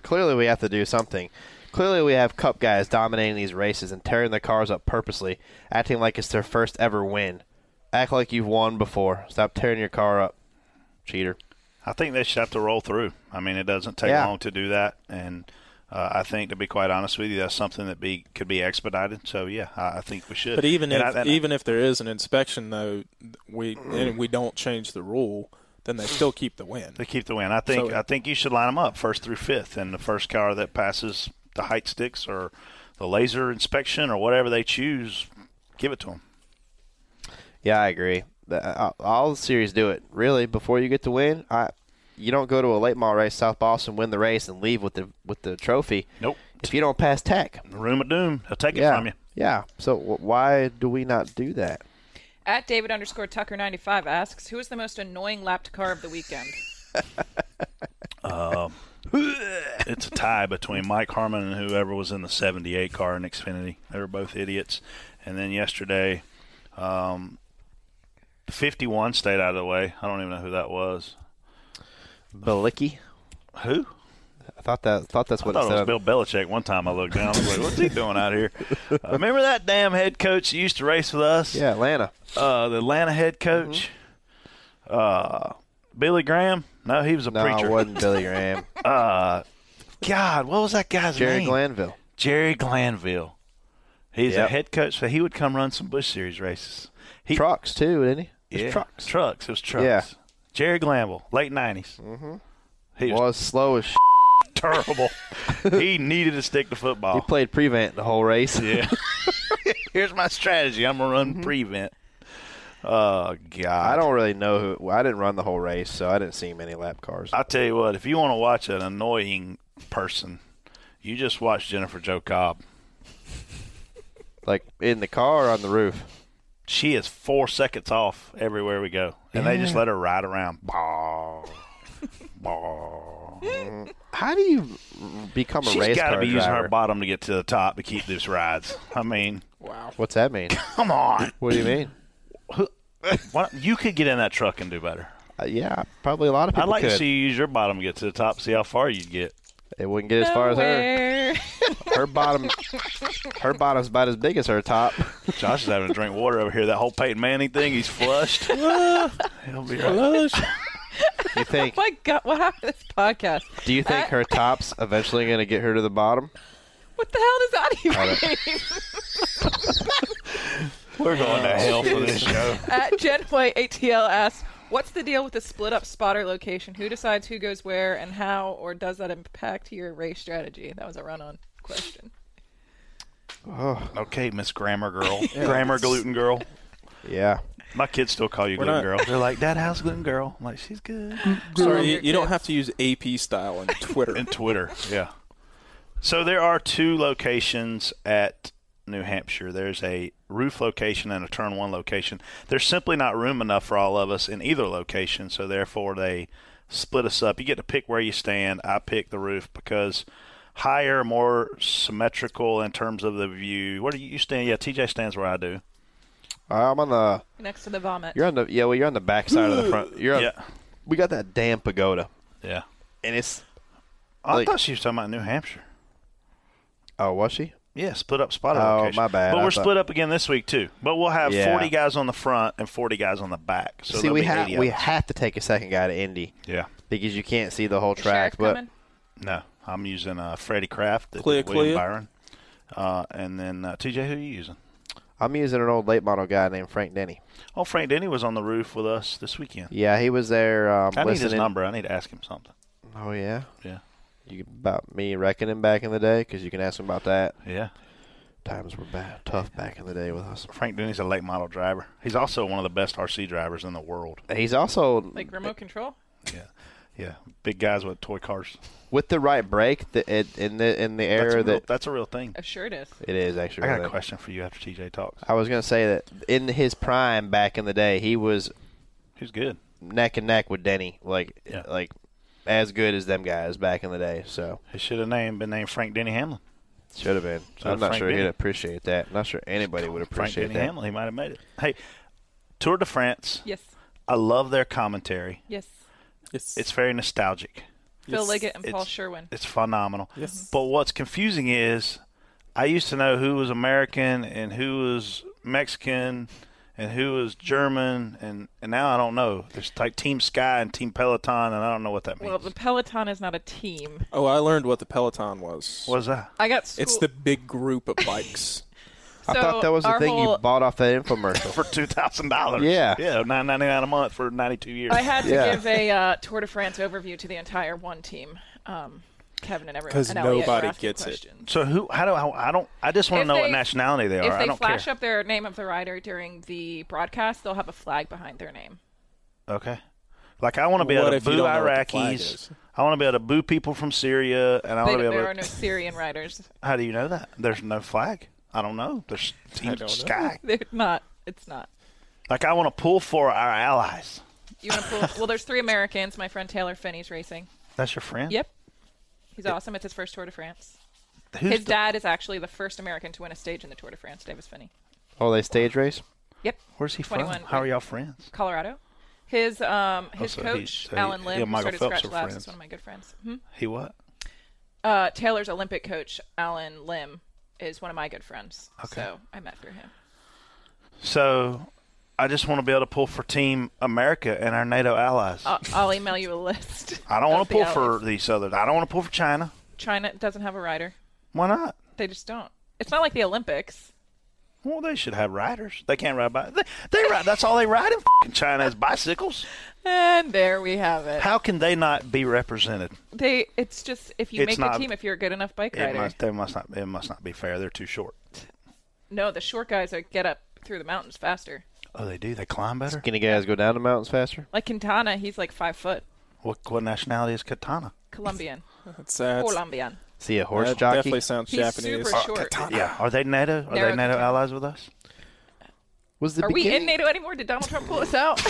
clearly, we have to do something. Clearly, we have cup guys dominating these races and tearing their cars up purposely, acting like it's their first ever win. Act like you've won before. Stop tearing your car up, cheater. I think they should have to roll through. I mean, it doesn't take Yeah. long to do that, and uh, I think, to be quite honest with you, that's something that be could be expedited. So yeah, I, I think we should. But even And if I- and I- even if there is an inspection though, we and we don't change the rule, then they still keep the win. They keep the win. I think So- I think you should line them up first through fifth, and the first car that passes the height sticks or the laser inspection or whatever they choose, give it to them. Yeah, I agree. The, uh, all the series do it really before you get to win. I, you don't go to a late model race, South Boston, win the race, and leave with the with the trophy. Nope. If you don't pass tech, The room of doom, they'll take it yeah, from you. yeah. So wh why do we not do that? At David underscore Tucker ninety five asks, who is the most annoying lapped car of the weekend? It's a tie between Mike Harmon and whoever was in the 78 car in Xfinity. They were both idiots. And then yesterday, um, 51 stayed out of the way. I don't even know who that was. Balicki. Who? I thought that thought that's I what thought it it was said. Bill Belichick. One time I looked down. I was like, what's he doing out here? Uh, remember that damn head coach that used to race with us? yeah, Atlanta. Uh, the Atlanta head Mm-hmm. coach? Uh, Billy Graham? No, he was a No, preacher. it wasn't [laughs] Billy Graham. God, what was that guy's Jerry name? Glanville. Jerry Glanville. He's Yep. a head coach, so he would come run some Bush Series races. He, Trucks too, didn't he? It was yeah, Trucks. Trucks. It was trucks. Yeah. Jerry Glanville, late 90s. Mm-hmm. He was Was slow as. Shit. [laughs] terrible. he needed to stick to He football. played prevent the whole race. yeah. Here's my strategy I'm going to run prevent. Oh, God. [laughs] Mm-hmm. I don't really know who. I didn't run the whole race, so I didn't see many lap cars. I'll tell you what, if you want to watch an annoying person, you just watch Jennifer Joe Cobb. like in the car or on the roof. She is four seconds off everywhere we go, and they just let her ride around. Bah, bah. How do you become a She's race got to car be using driver? her bottom to get to the top to keep these rides. I mean, What's that [laughs] mean? come on. what do you mean? Why don't- you could get in that truck and do better. Uh, yeah, probably a lot of people I'd like could. to see you use your bottom to get to the top, see how far you'd get. It wouldn't get as far as her. Nowhere. [laughs] Her bottom, her bottom's about as big as her top. Josh is having to drink water over here. That whole Peyton Manning thing, he's flushed. He'll be right. You think? My God, what happened to this podcast? do you think her top's eventually going to get her to the bottom? What the hell does that even mean? We're going to hell for this show. At Jen White ATL asks, "What's the deal with the split-up spotter location? Who decides who goes where and how, or does that impact your race strategy?" That was a run-on question. Okay, Miss Grammar Girl, Grammar Gluten Girl. Yeah. My kids still call you We're Gluten not- Girl. They're like, Dad, how's Gluten Girl? I'm like, she's good. Sorry, you, you don't have to use AP [laughs] style on Twitter. And Twitter, yeah. So there are two locations at New Hampshire. There's a roof location and a turn one location. There's simply not room enough for all of us in either location, so therefore they split us up. You get to pick where you stand. I pick the roof because higher, more symmetrical in terms of the view. Where do you stand? Yeah, TJ stands where I do. Uh, I'm on the. Next to the vomit. You're on the. Yeah, well, you're on the back side of the front. You're. On, Yeah. We got that damn pagoda, Yeah. and it's. I Like- thought she was talking about New Hampshire. Oh, was she? Yeah, split up spot Oh, allocation. my bad. But I we're thought- split up again this week too. But we'll have Yeah. 40 guys on the front and 40 guys on the back. So see, we have have we have to take a second guy to Indy yeah. because you can't see the whole The track. sheriff But coming? No, I'm using uh, Freddie Kraft, that Clear, did William clear. Byron, uh, and then uh, TJ. Who are you using? I'm using an old late model guy named Frank Denny. Oh, Frank Denny was on the roof with us this weekend. Yeah, he was there. Um, I need listening. his number. I need to ask him something. Oh yeah. Yeah. you about me reckoning back in the day because you can ask them about that. Yeah. Times were bad, tough back in the day with us. Frank Dooney's a late model driver. He's also one of the best RC drivers in the world. He's also Like remote control? Yeah. Yeah. Big guys with toy cars. with the right brake the, it, in the in the That's era a, real, that that's a real thing. Oh, sure it is. it is actually. I got a really- question for you after TJ talks. I was gonna say that in his prime back in the day, he was He's good. neck and neck with Denny, like Yeah. like as good as them guys back in the day. So He should have named been named Frank Denny Hamlin. should have been. So I'm not Frank sure Denny. he'd appreciate that. Not sure anybody would Frank appreciate Denny that. Hamlin. He might have made it. Hey, Tour de France. Yes. I love their commentary. Yes. It's, It's very nostalgic. Phil Liggett and It's- Paul Sherwin. It's phenomenal. Yes. But what's confusing is I used to know who was American and who was Mexican and who was German and, and now I don't know. There's like Team Sky and Team Peloton and I don't know what that means. Well, the Peloton is not a team. oh, I learned what the Peloton was. what is that? I got school. It's the big group of bikes. I thought so that was the our thing whole- you bought off [laughs] that [laughs] infomercial. For two thousand dollars. Yeah. Yeah, nine ninety nine a month for ninety two years. I had [laughs] to Yeah. give a uh, Tour de France overview to the entire one team. Um, Kevin and everyone. 'Cause and Elliot were nobody asking gets it. questions. so who how do I, I don't I just want to If know what they- nationality they are. If I they don't flash care. up their name of the rider during the broadcast, they'll have a flag behind their name. Okay. Like I want to be What able to if you boo don't know what the flag Iraqis. is? I want to be able to boo people from Syria and I They, want to be there able are to no Syrian riders. How do you know that? There's no flag. I don't know. There's Team don't know. Sky. [laughs] They're not. It's not. Like I want to pull for our allies. You want to pull? well, there's three Americans. My friend Taylor Finney's racing. That's your friend. Yep. He's awesome. It's his first Tour de France. Who's His the- dad is actually the first American to win a stage in the Tour de France, Davis Finney. oh, they stage race. Yep. Where's he from? 21. How are y'all friends? Colorado. His um his Oh, so he- coach so he- Alan Lim he and who Michael started Phelps Scratch are Labs. friends. Is one of my good friends. hmm He what? Uh, Taylor's Olympic coach Alan Lim is one of my good friends. So I met through him. So, I just want to be able to pull for Team America and our NATO allies. I'll, I'll email you a list. I don't of want to Oh, the pull allies. for these other. I don't want to pull for China. China doesn't have a rider. Why not? They just don't. It's not like the Olympics. Well, they should have riders. They can't ride by. They, they ride. That's all they ride in f***ing China is bicycles. And there we have it. How can they not be represented? [laughs] They. It's just if you It's make not- the team, if you're a good enough bike It rider. must. They must not. It must not be fair. They're too short. No, the short guys are get up through the mountains faster. Oh, they do. They climb better. Can you guys go down the mountains faster? Like Quintana, he's like five foot. What, what nationality is Katana? Colombian. That's, that's, Colombian. See a horse that jockey. definitely sounds He's Japanese. Uh, super short. Yeah. Are they NATO? Are Narrow they NATO Katana. allies with us? Was the Are we in beginning- NATO anymore? Did Donald Trump pull us out? [laughs]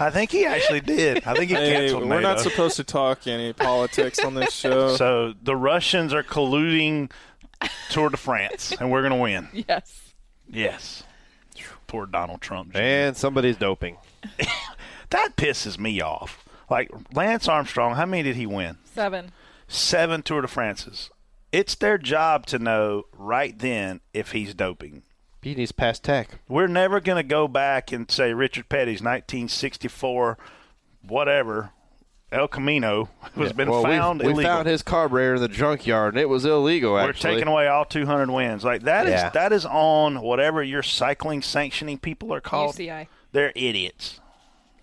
I think he actually did. I think he Hey, canceled we're not NATO. supposed to talk any politics on [laughs] this show. so the Russians are colluding Tour de France, and we're going to win. yes. Yes. Poor Donald Trump. And somebody's doping. That pisses me off. Like Lance Armstrong, how many did he win? Seven. Seven Tour de France's. It's their job to know right then if he's doping. He needs past tech. We're never going to go back and say Richard Petty's 1964, whatever, El Camino [laughs] has been well, we- found we, illegal. found his carburetor in the junkyard, and it was illegal. We're Actually, taking away all 200 wins. Like that is Yeah. that is on whatever your cycling sanctioning people are called. UCI. They're idiots.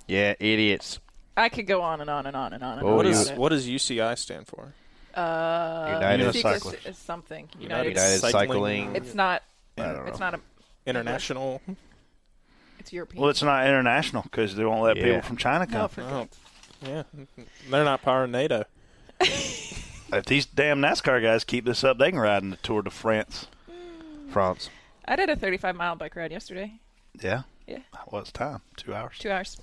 yeah, idiots. I could go on and on and on and on. And Oh, on what you- about is it. what does UCI stand for? United, United Secret Cyclists. is something. United. United Cycling. It's not. It's not a. International. It's European. Well, it's not international because they won't let Yeah. people from China no, come. for Oh, God's- yeah, they're not powering NATO. if these damn NASCAR guys keep this up, they can ride in the Tour de France. France. I did a 35 mile bike ride yesterday. Yeah. Yeah. Well, it's time. Two hours. Two hours.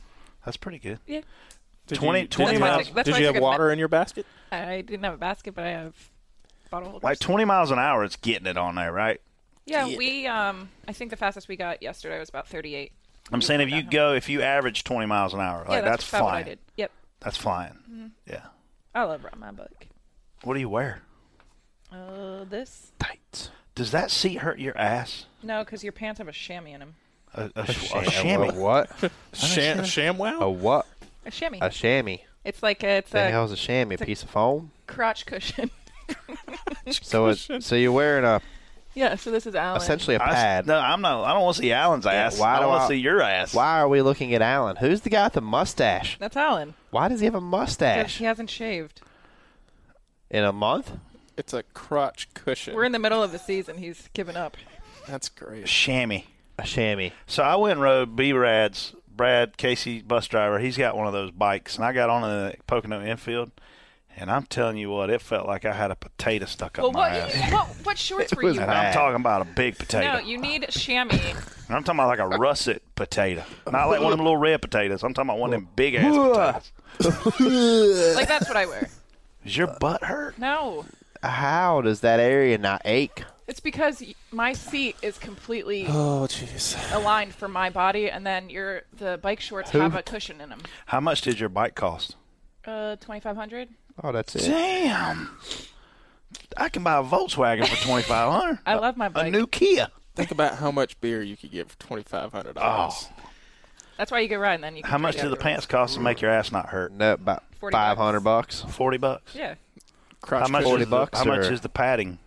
That's pretty good. Yeah. Did 20 you, 20 did you miles. have, That's did why you I have took a water in your basket? I didn't have a basket, but I have bottle holders. Like 20 miles an hour, it's getting it on there, right? yeah, we. Um, I think the fastest we got yesterday was about 38. I'm saying if you go, if you average 20 miles an hour, like yeah, that's, Mm-hmm. about what I flying. did. Yep. That's flying. Yeah. I love riding my bike. What do you wear? Uh, this. Tights. Does that seat hurt your ass? No, because your pants have a chamois in them. A, a, sh- a A chamois. what? Sham, [laughs] ShamWow. A what? A chamois. A chamois. it's like a, it's The a hell's a chamois? A piece of [laughs] foam. crotch cushion. [laughs] So it's so you're wearing a yeah. So this is Alan. essentially a I s- pad. no, I'm not. I don't want to see Alan's ass. why I do want I- to see your ass. Why are we looking at Alan? Who's the guy with the mustache? That's Alan. Why does he have a mustache? Because he hasn't shaved. in a month. It's a crotch cushion. We're in the middle of the season. He's giving up. That's great. Shammy. A chamois. So I went and rode B Rad's Brad Casey bus driver. He's got one of those bikes, and I got on in the Pocono infield, and I'm telling you what, it felt like I had a potato stuck up Well, my what, ass. what what shorts were was you? [laughs] And in? I'm talking about a big potato. No, you need chamois. And I'm talking about like a russet potato, not like one of them little red potatoes. I'm talking about one of them big ass potatoes. like that's what I wear. Is your butt hurt? No, How does that area not ache? it's because y- my seat is completely Oh, jeez. aligned for my body, and then your the bike shorts have a cushion in them. How much did your bike cost? Uh, twenty five hundred. Oh, that's it. Damn. I can buy a Volkswagen for twenty five [laughs] hundred. I love my a bike. new Kia. Think about how much beer you could get for twenty five hundred dollars. That's why you go riding. Then you. Can Oh, How much drink do the afterwards. pants cost to make your ass not hurt? No, about 40 five hundred bucks. Forty bucks. Yeah, Crotch How much? cushion. is the, bucks How much or- is the padding?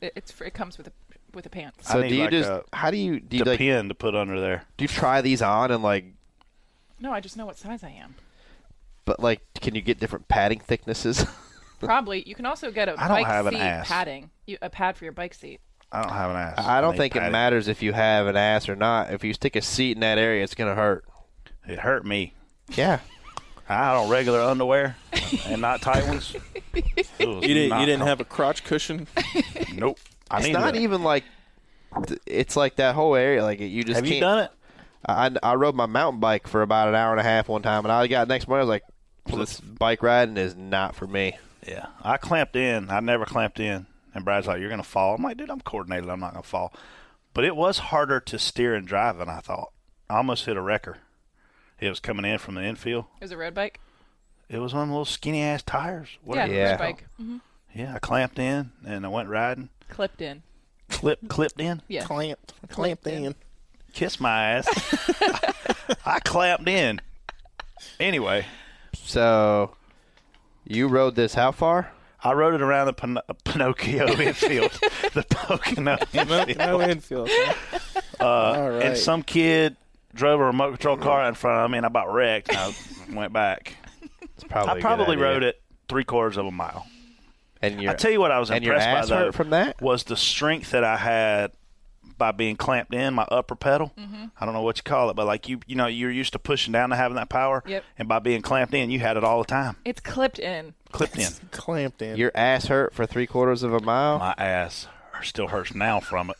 it, it's fr- it comes with a with a pants. So need do you like just? a- How do you do? You the like, do pin to put under there. you try these on and like? No, I just know what size I am. But like, can you get different padding thicknesses? [laughs] Probably you can also get a I don't bike have an seat ass. padding, you, a pad for your bike seat. I don't have an ass. I don't need think it padding. matters if you have an ass or not. If you stick a seat in that area, it's gonna hurt. It hurt me. Yeah. I had on regular underwear and not tight [laughs] ones. You didn't. You didn't have a crotch cushion. Nope. I It's need not it. even like. th- It's like that whole area. Like you just Have can't, you done it? I, I rode my mountain bike for about an hour and a half one time, and I got next morning. I was like, "This bike riding is not for me." Yeah, I clamped in. I never clamped in. And Brad's like, "You're gonna fall." I'm like, "Dude, I'm coordinated. I'm not gonna fall." But it was harder to steer and drive than I thought. I almost hit a wrecker. It was coming in from the infield. It was a road bike. It was one of them little skinny ass tires. Yeah, Whatever. Yeah. road bike. Mhm. Yeah, I clamped in and I went riding. Clipped in. Clip clipped in. Yeah. Clamped. Clamped in. Kiss my ass. I clamped in. Anyway, So, you rode this how far? I rode it around the Pin- Pinocchio [laughs] infield, the Pocono infield. No infield. All right. And some kid drove a remote control car in front of me, and I about wrecked. And I went back. It's probably. a I good probably idea. rode it three quarters of a mile. And your, I tell you what, I was and your impressed by ass though, hurt from that? was the strength that I had by being clamped in my upper pedal. I don't know what you call it, but like you, you know, you're used to pushing down to having that power, Yep. and by being clamped in, you had it all the time, It's clipped in. clipped in. clamped in. your ass hurt for three quarters of a mile. My ass still hurts now from it.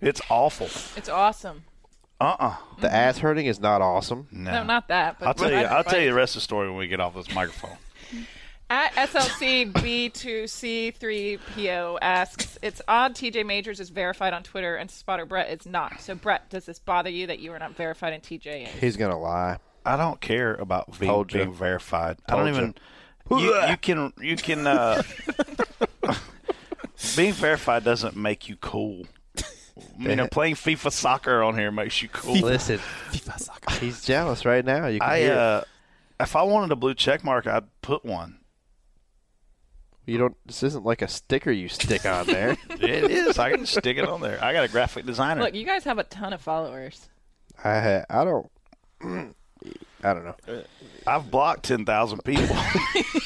it's awful. It's awesome. The ass hurting is not awesome. No. No, not that. But I'll tell you. riding a I'll tell you bike. the rest of the story when we get off this microphone. At SLC B2C3PO asks, it's odd TJ Majors is verified on Twitter and Spotter Brett is not. So, Brett, does this bother you that you are not verified and TJ is? He's gonna lie. I don't care about being, Told ya. being verified. I Told don't even. You, you can you can [laughs] uh, being verified doesn't make you cool. You know, playing FIFA soccer on here makes you cool. Listen, he's jealous right now. You can I hear it. uh, if I wanted a blue check mark, I'd put one. You don't. This isn't like a sticker you stick on [laughs] there. It is. I can stick it on there. I got a graphic designer. Look, you guys have a ton of followers. I ha- I don't. I don't know. I've blocked ten thousand people.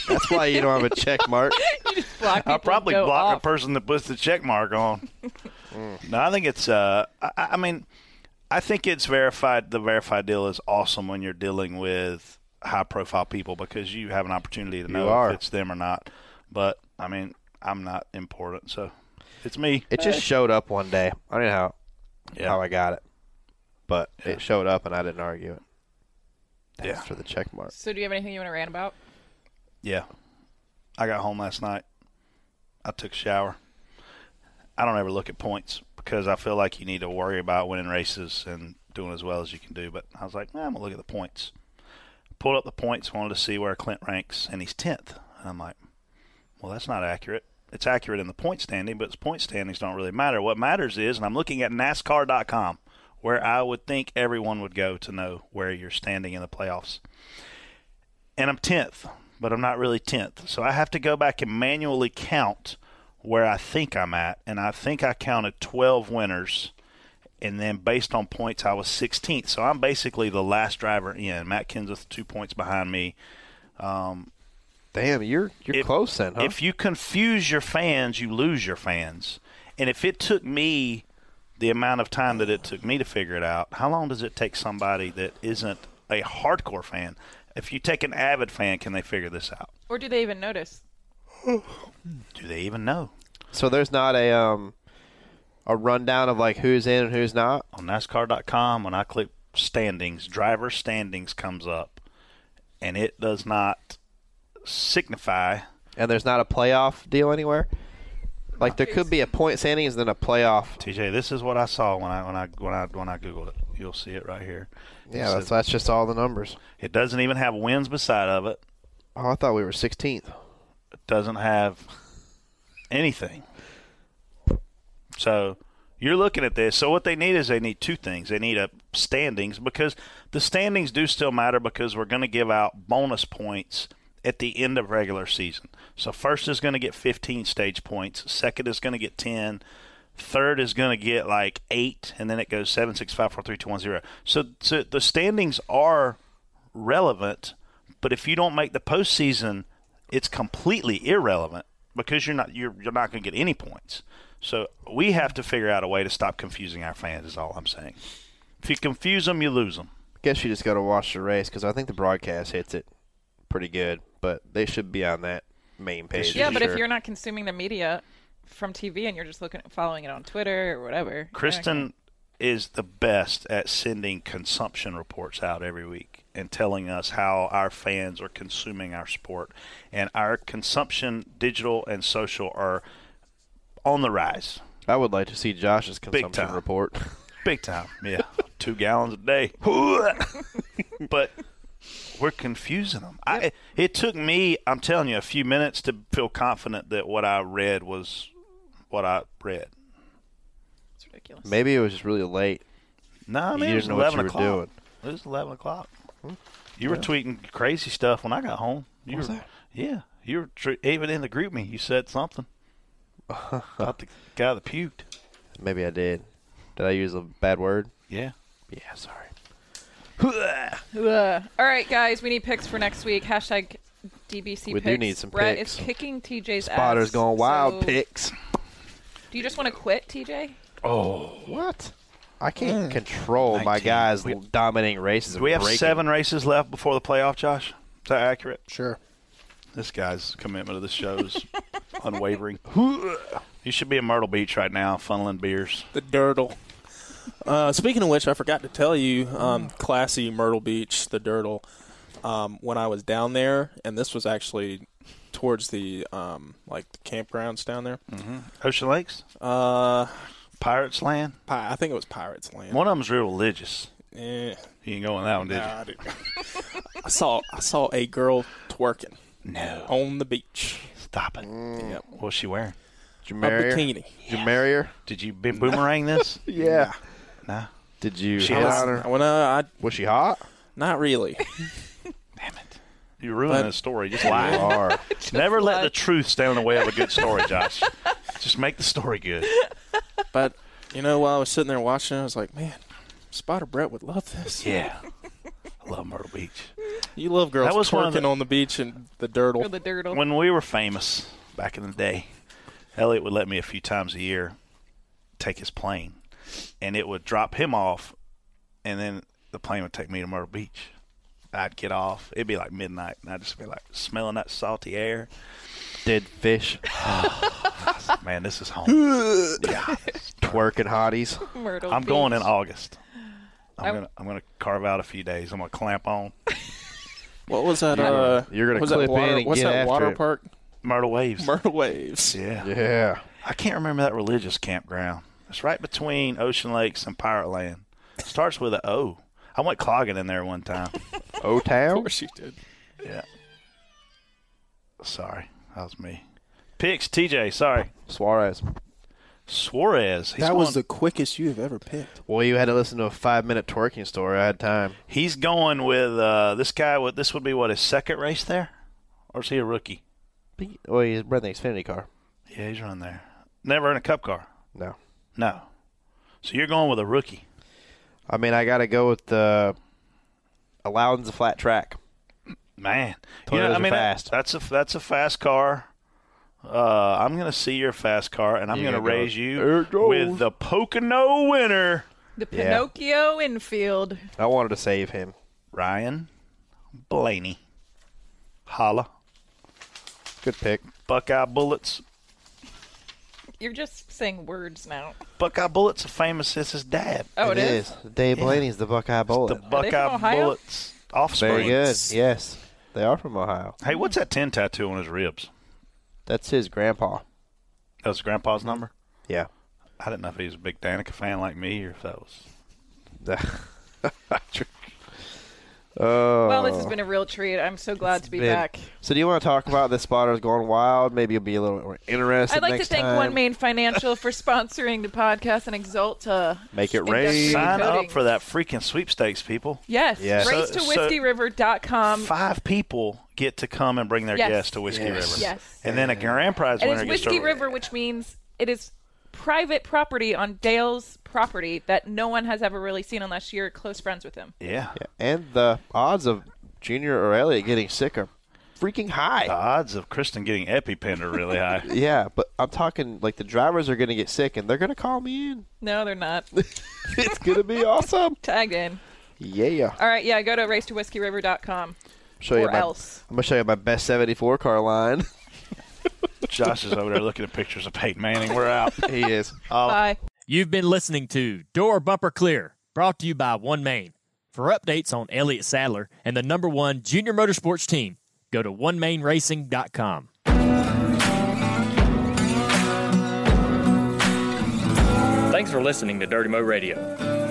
That's why you don't have a check mark. [laughs] Block I'll people probably go block off. Mm. the person that puts the check mark [laughs] on. No, I think it's. Uh, I, I mean, I think it's verified. The verified deal is awesome when you're dealing with high profile people because you have an opportunity to know are. if it's them or not. But I mean, I'm not important, so it's me. It just showed up one day. I don't know how Yeah. how I got it, but it showed up and I didn't argue it. Thanks Yeah. for the check mark. So, do you have anything you want to rant about? Yeah, I got home last night. I took a shower. I don't ever look at points because I feel like you need to worry about winning races and doing as well as you can do. But I was like, nah, I'm gonna look at the points. Pulled up the points, wanted to see where Clint ranks, and he's tenth. And I'm like, well, that's not accurate. It's accurate in the point standing, but its point standings don't really matter. What matters is, and I'm looking at NASCAR.com, where I would think everyone would go to know where you're standing in the playoffs and I'm tenth, but I'm not really tenth. So I have to go back and manually count where I think I'm at, and I think I counted twelve winners, and then based on points, I was sixteenth. So I'm basically the last driver in. Matt Kenseth two points behind me. Damn, you're you're if- close then, huh? If you confuse your fans, you lose your fans. And if it took me the amount of time that it took me to figure it out, how long does it take somebody that isn't a hardcore fan? If you take an avid fan, can they figure this out? Or do they even notice? Do they even know? so there's not a um a rundown of like who's in and who's not. On NASCAR.com, when I click standings, driver standings comes up, and it does not signify. and there's not a playoff deal anywhere. Like there could be a point standings and then a playoff. TJ, this is what I saw when I when I when I when I googled it. You'll see it right here. Yeah, So- that's that's just all the numbers. It doesn't even have wins beside of it. Oh, I thought we were 16th. doesn't have anything. So you're looking at this. So what they need is they need two things. They need a standings because the standings do still matter because we're going to give out bonus points at the end of regular season. So first is going to get 15 stage points. Second is going to get 10. Third is going to get like eight, and then it goes seven, six, five, four, three, two, one, zero. So, so the standings are relevant, but if you don't make the postseason, it's completely irrelevant because you're not you're, you're not going to get any points. So we have to figure out a way to stop confusing our fans. Is all I'm saying. If you confuse them, you lose them. Guess you just got to watch the race because I think the broadcast hits it pretty good, but they should be on that main page. Yeah, for but if sure. you're not consuming the media from TV and you're just looking following it on Twitter or whatever, you're not gonna- Kristen is the best at sending consumption reports out every week and telling us how our fans are consuming our sport. And our consumption, digital and social, are on the rise. I would like to see Josh's consumption time. report. Big time. Yeah. Two gallons a day. [laughs] but we're confusing them. I, it took me, I'm telling you, a few minutes to feel confident that what I read was what I read. It's ridiculous. Maybe it was just really late. No, I You mean, it didn't was know what 11 you were o'clock. doing. Hmm. It was 11 o'clock. You were tweeting crazy stuff when I got home. You were, Yeah. You were tre- even in the group me. You said [laughs] something about the guy that puked. Maybe I did. Did I use a bad word? Yeah. Yeah, sorry. Ugh. All right, guys, we need picks for next week. Hashtag DBC We picks. do need some Brett picks. is kicking TJ's Spotter's ass, going wild. so- Picks. Do you just want to quit, TJ? What? I can't control my 19. guys dominating races. Do we have seven races left before the playoff, Josh? Is that accurate? Sure. This guy's commitment to the show is unwavering. you should be in Myrtle Beach right now, funneling beers. The dirtle. Uh, speaking of which, I forgot to tell you, um, classy Myrtle Beach, the dirtle. Um, when I was down there, and this was actually towards the um, like the campgrounds down there. Ocean Lakes, Uh, Pirates Land. Pi- I think it was Pirates Land. One of them's real religious. Eh, You ain't going on that one, did you? nah, I didn't- [laughs] I saw I saw a girl twerking No. on the beach. Stop it. Yep. What's she wearing? Did you A marry her? bikini. Did you marry her? Did you be- boomerang [laughs] this? Yeah. No. Did you She hit has- on her? When I, I Was she hot? not really. Damn it. You're ruining But- the story. Just [laughs] lie. [laughs] Or Never let the truth stand in the way of a good story, [laughs] Josh. Just make the story [laughs] good. But you know, while I was sitting there watching, I was like, man, Spotter Brett would love this. Yeah. I love Myrtle Beach. You love girls That was one of twerking the- on the beach and the Or dirtle. the dirtle? When we were famous back in the day, Elliot would let me a few times a year take his plane, and it would drop him off, and then the plane would take me to Myrtle Beach. I'd get off. It'd be like midnight, and I'd just be like smelling that salty [laughs] air. did fish Man, this is home. [laughs] twerking hotties? Myrtle I'm Beach. going in August. I'm I'm- gonna I'm gonna carve out a few days. I'm gonna clamp on What was that? Uh, you're gonna was clip in that water, and What's get that after water it. park? [laughs] Myrtle Waves. Myrtle Waves. yeah. Yeah. I can't remember that religious campground. It's right between Ocean Lakes and Pirate Land. It starts with a O. I went clogging in there one [laughs] time. O Of town. course you did. yeah. Sorry, that was me. Picks TJ. Sorry, Suarez. Suarez. He's That going, was the quickest you have ever picked. Well, you had to listen to a five minute twerking story. I had time. He's going with uh, this guy. With this would be what his second race there, or is he a rookie? Well, he's running the Xfinity car. Yeah, he's run there. Never in a Cup car. No. No. So you're going with a rookie. I mean, I got to go with the Aladdin's a flat track. Man, Toyotas I are mean, that- fast. that's a that's a fast car. Uh, I'm gonna see your fast car, and I'm You gonna gotta go, raise "There you it goes." with the Pocono winner, The Pinocchio infield. I wanted to save him. Ryan Blaney. Holla, Good pick. Buckeye Bullets. You're just saying words now. Buckeye Bullets are famous as his dad. Oh, it is. Dave Blaney's the Buckeye The Bullet. they from Buckeye Ohio? Bullets offspring. Very good. Yes, they are from Ohio. Hey, what's that ten tattoo on his ribs? That's his grandpa. That was grandpa's Mm-hmm. number. Yeah. I didn't know if he was a big Danica fan like me or if that was. [laughs] Oh. Well, this has been a real treat. I'm so glad to be Been- back. So do you want to talk about the spotters going wild? Maybe you'll be a little more interested. I'd like to next thank time. One Main Financial for sponsoring the podcast and Exalta. Make it Industrial rain. Sign up Coatings. for that freaking sweepstakes, people. Yes. Yes. So- Race to so- whiskeyriver.com. Five people get to come and bring their Um, Yes. guests to Whiskey Yes. River. Yes. And then a grand prize and winner it's gets Whiskey to River, which means it is private property on Dale's property that no one has ever really seen unless you're close friends with him. Yeah. And the odds of Junior or Elliot getting sick are freaking high. The odds of Kristen getting EpiPen are really high. [laughs] yeah, but I'm talking like the drivers are going to get sick and they're going to call me in. [laughs] No, they're not. it's going to be awesome. Tagged in. Yeah. All right, yeah, go to racetowhiskeyriver.com. Show you Or my, else. I'm going to show you my best 74 car [laughs] line. Josh is over there looking at pictures of Peyton Manning. We're out. he is. Bye. You've been listening to Door Bumper Clear, brought to you by One Main. For updates on Elliott Sadler and the number one junior motorsports team, go to onemainracing.com. Thanks for listening to Dirty Mo Radio.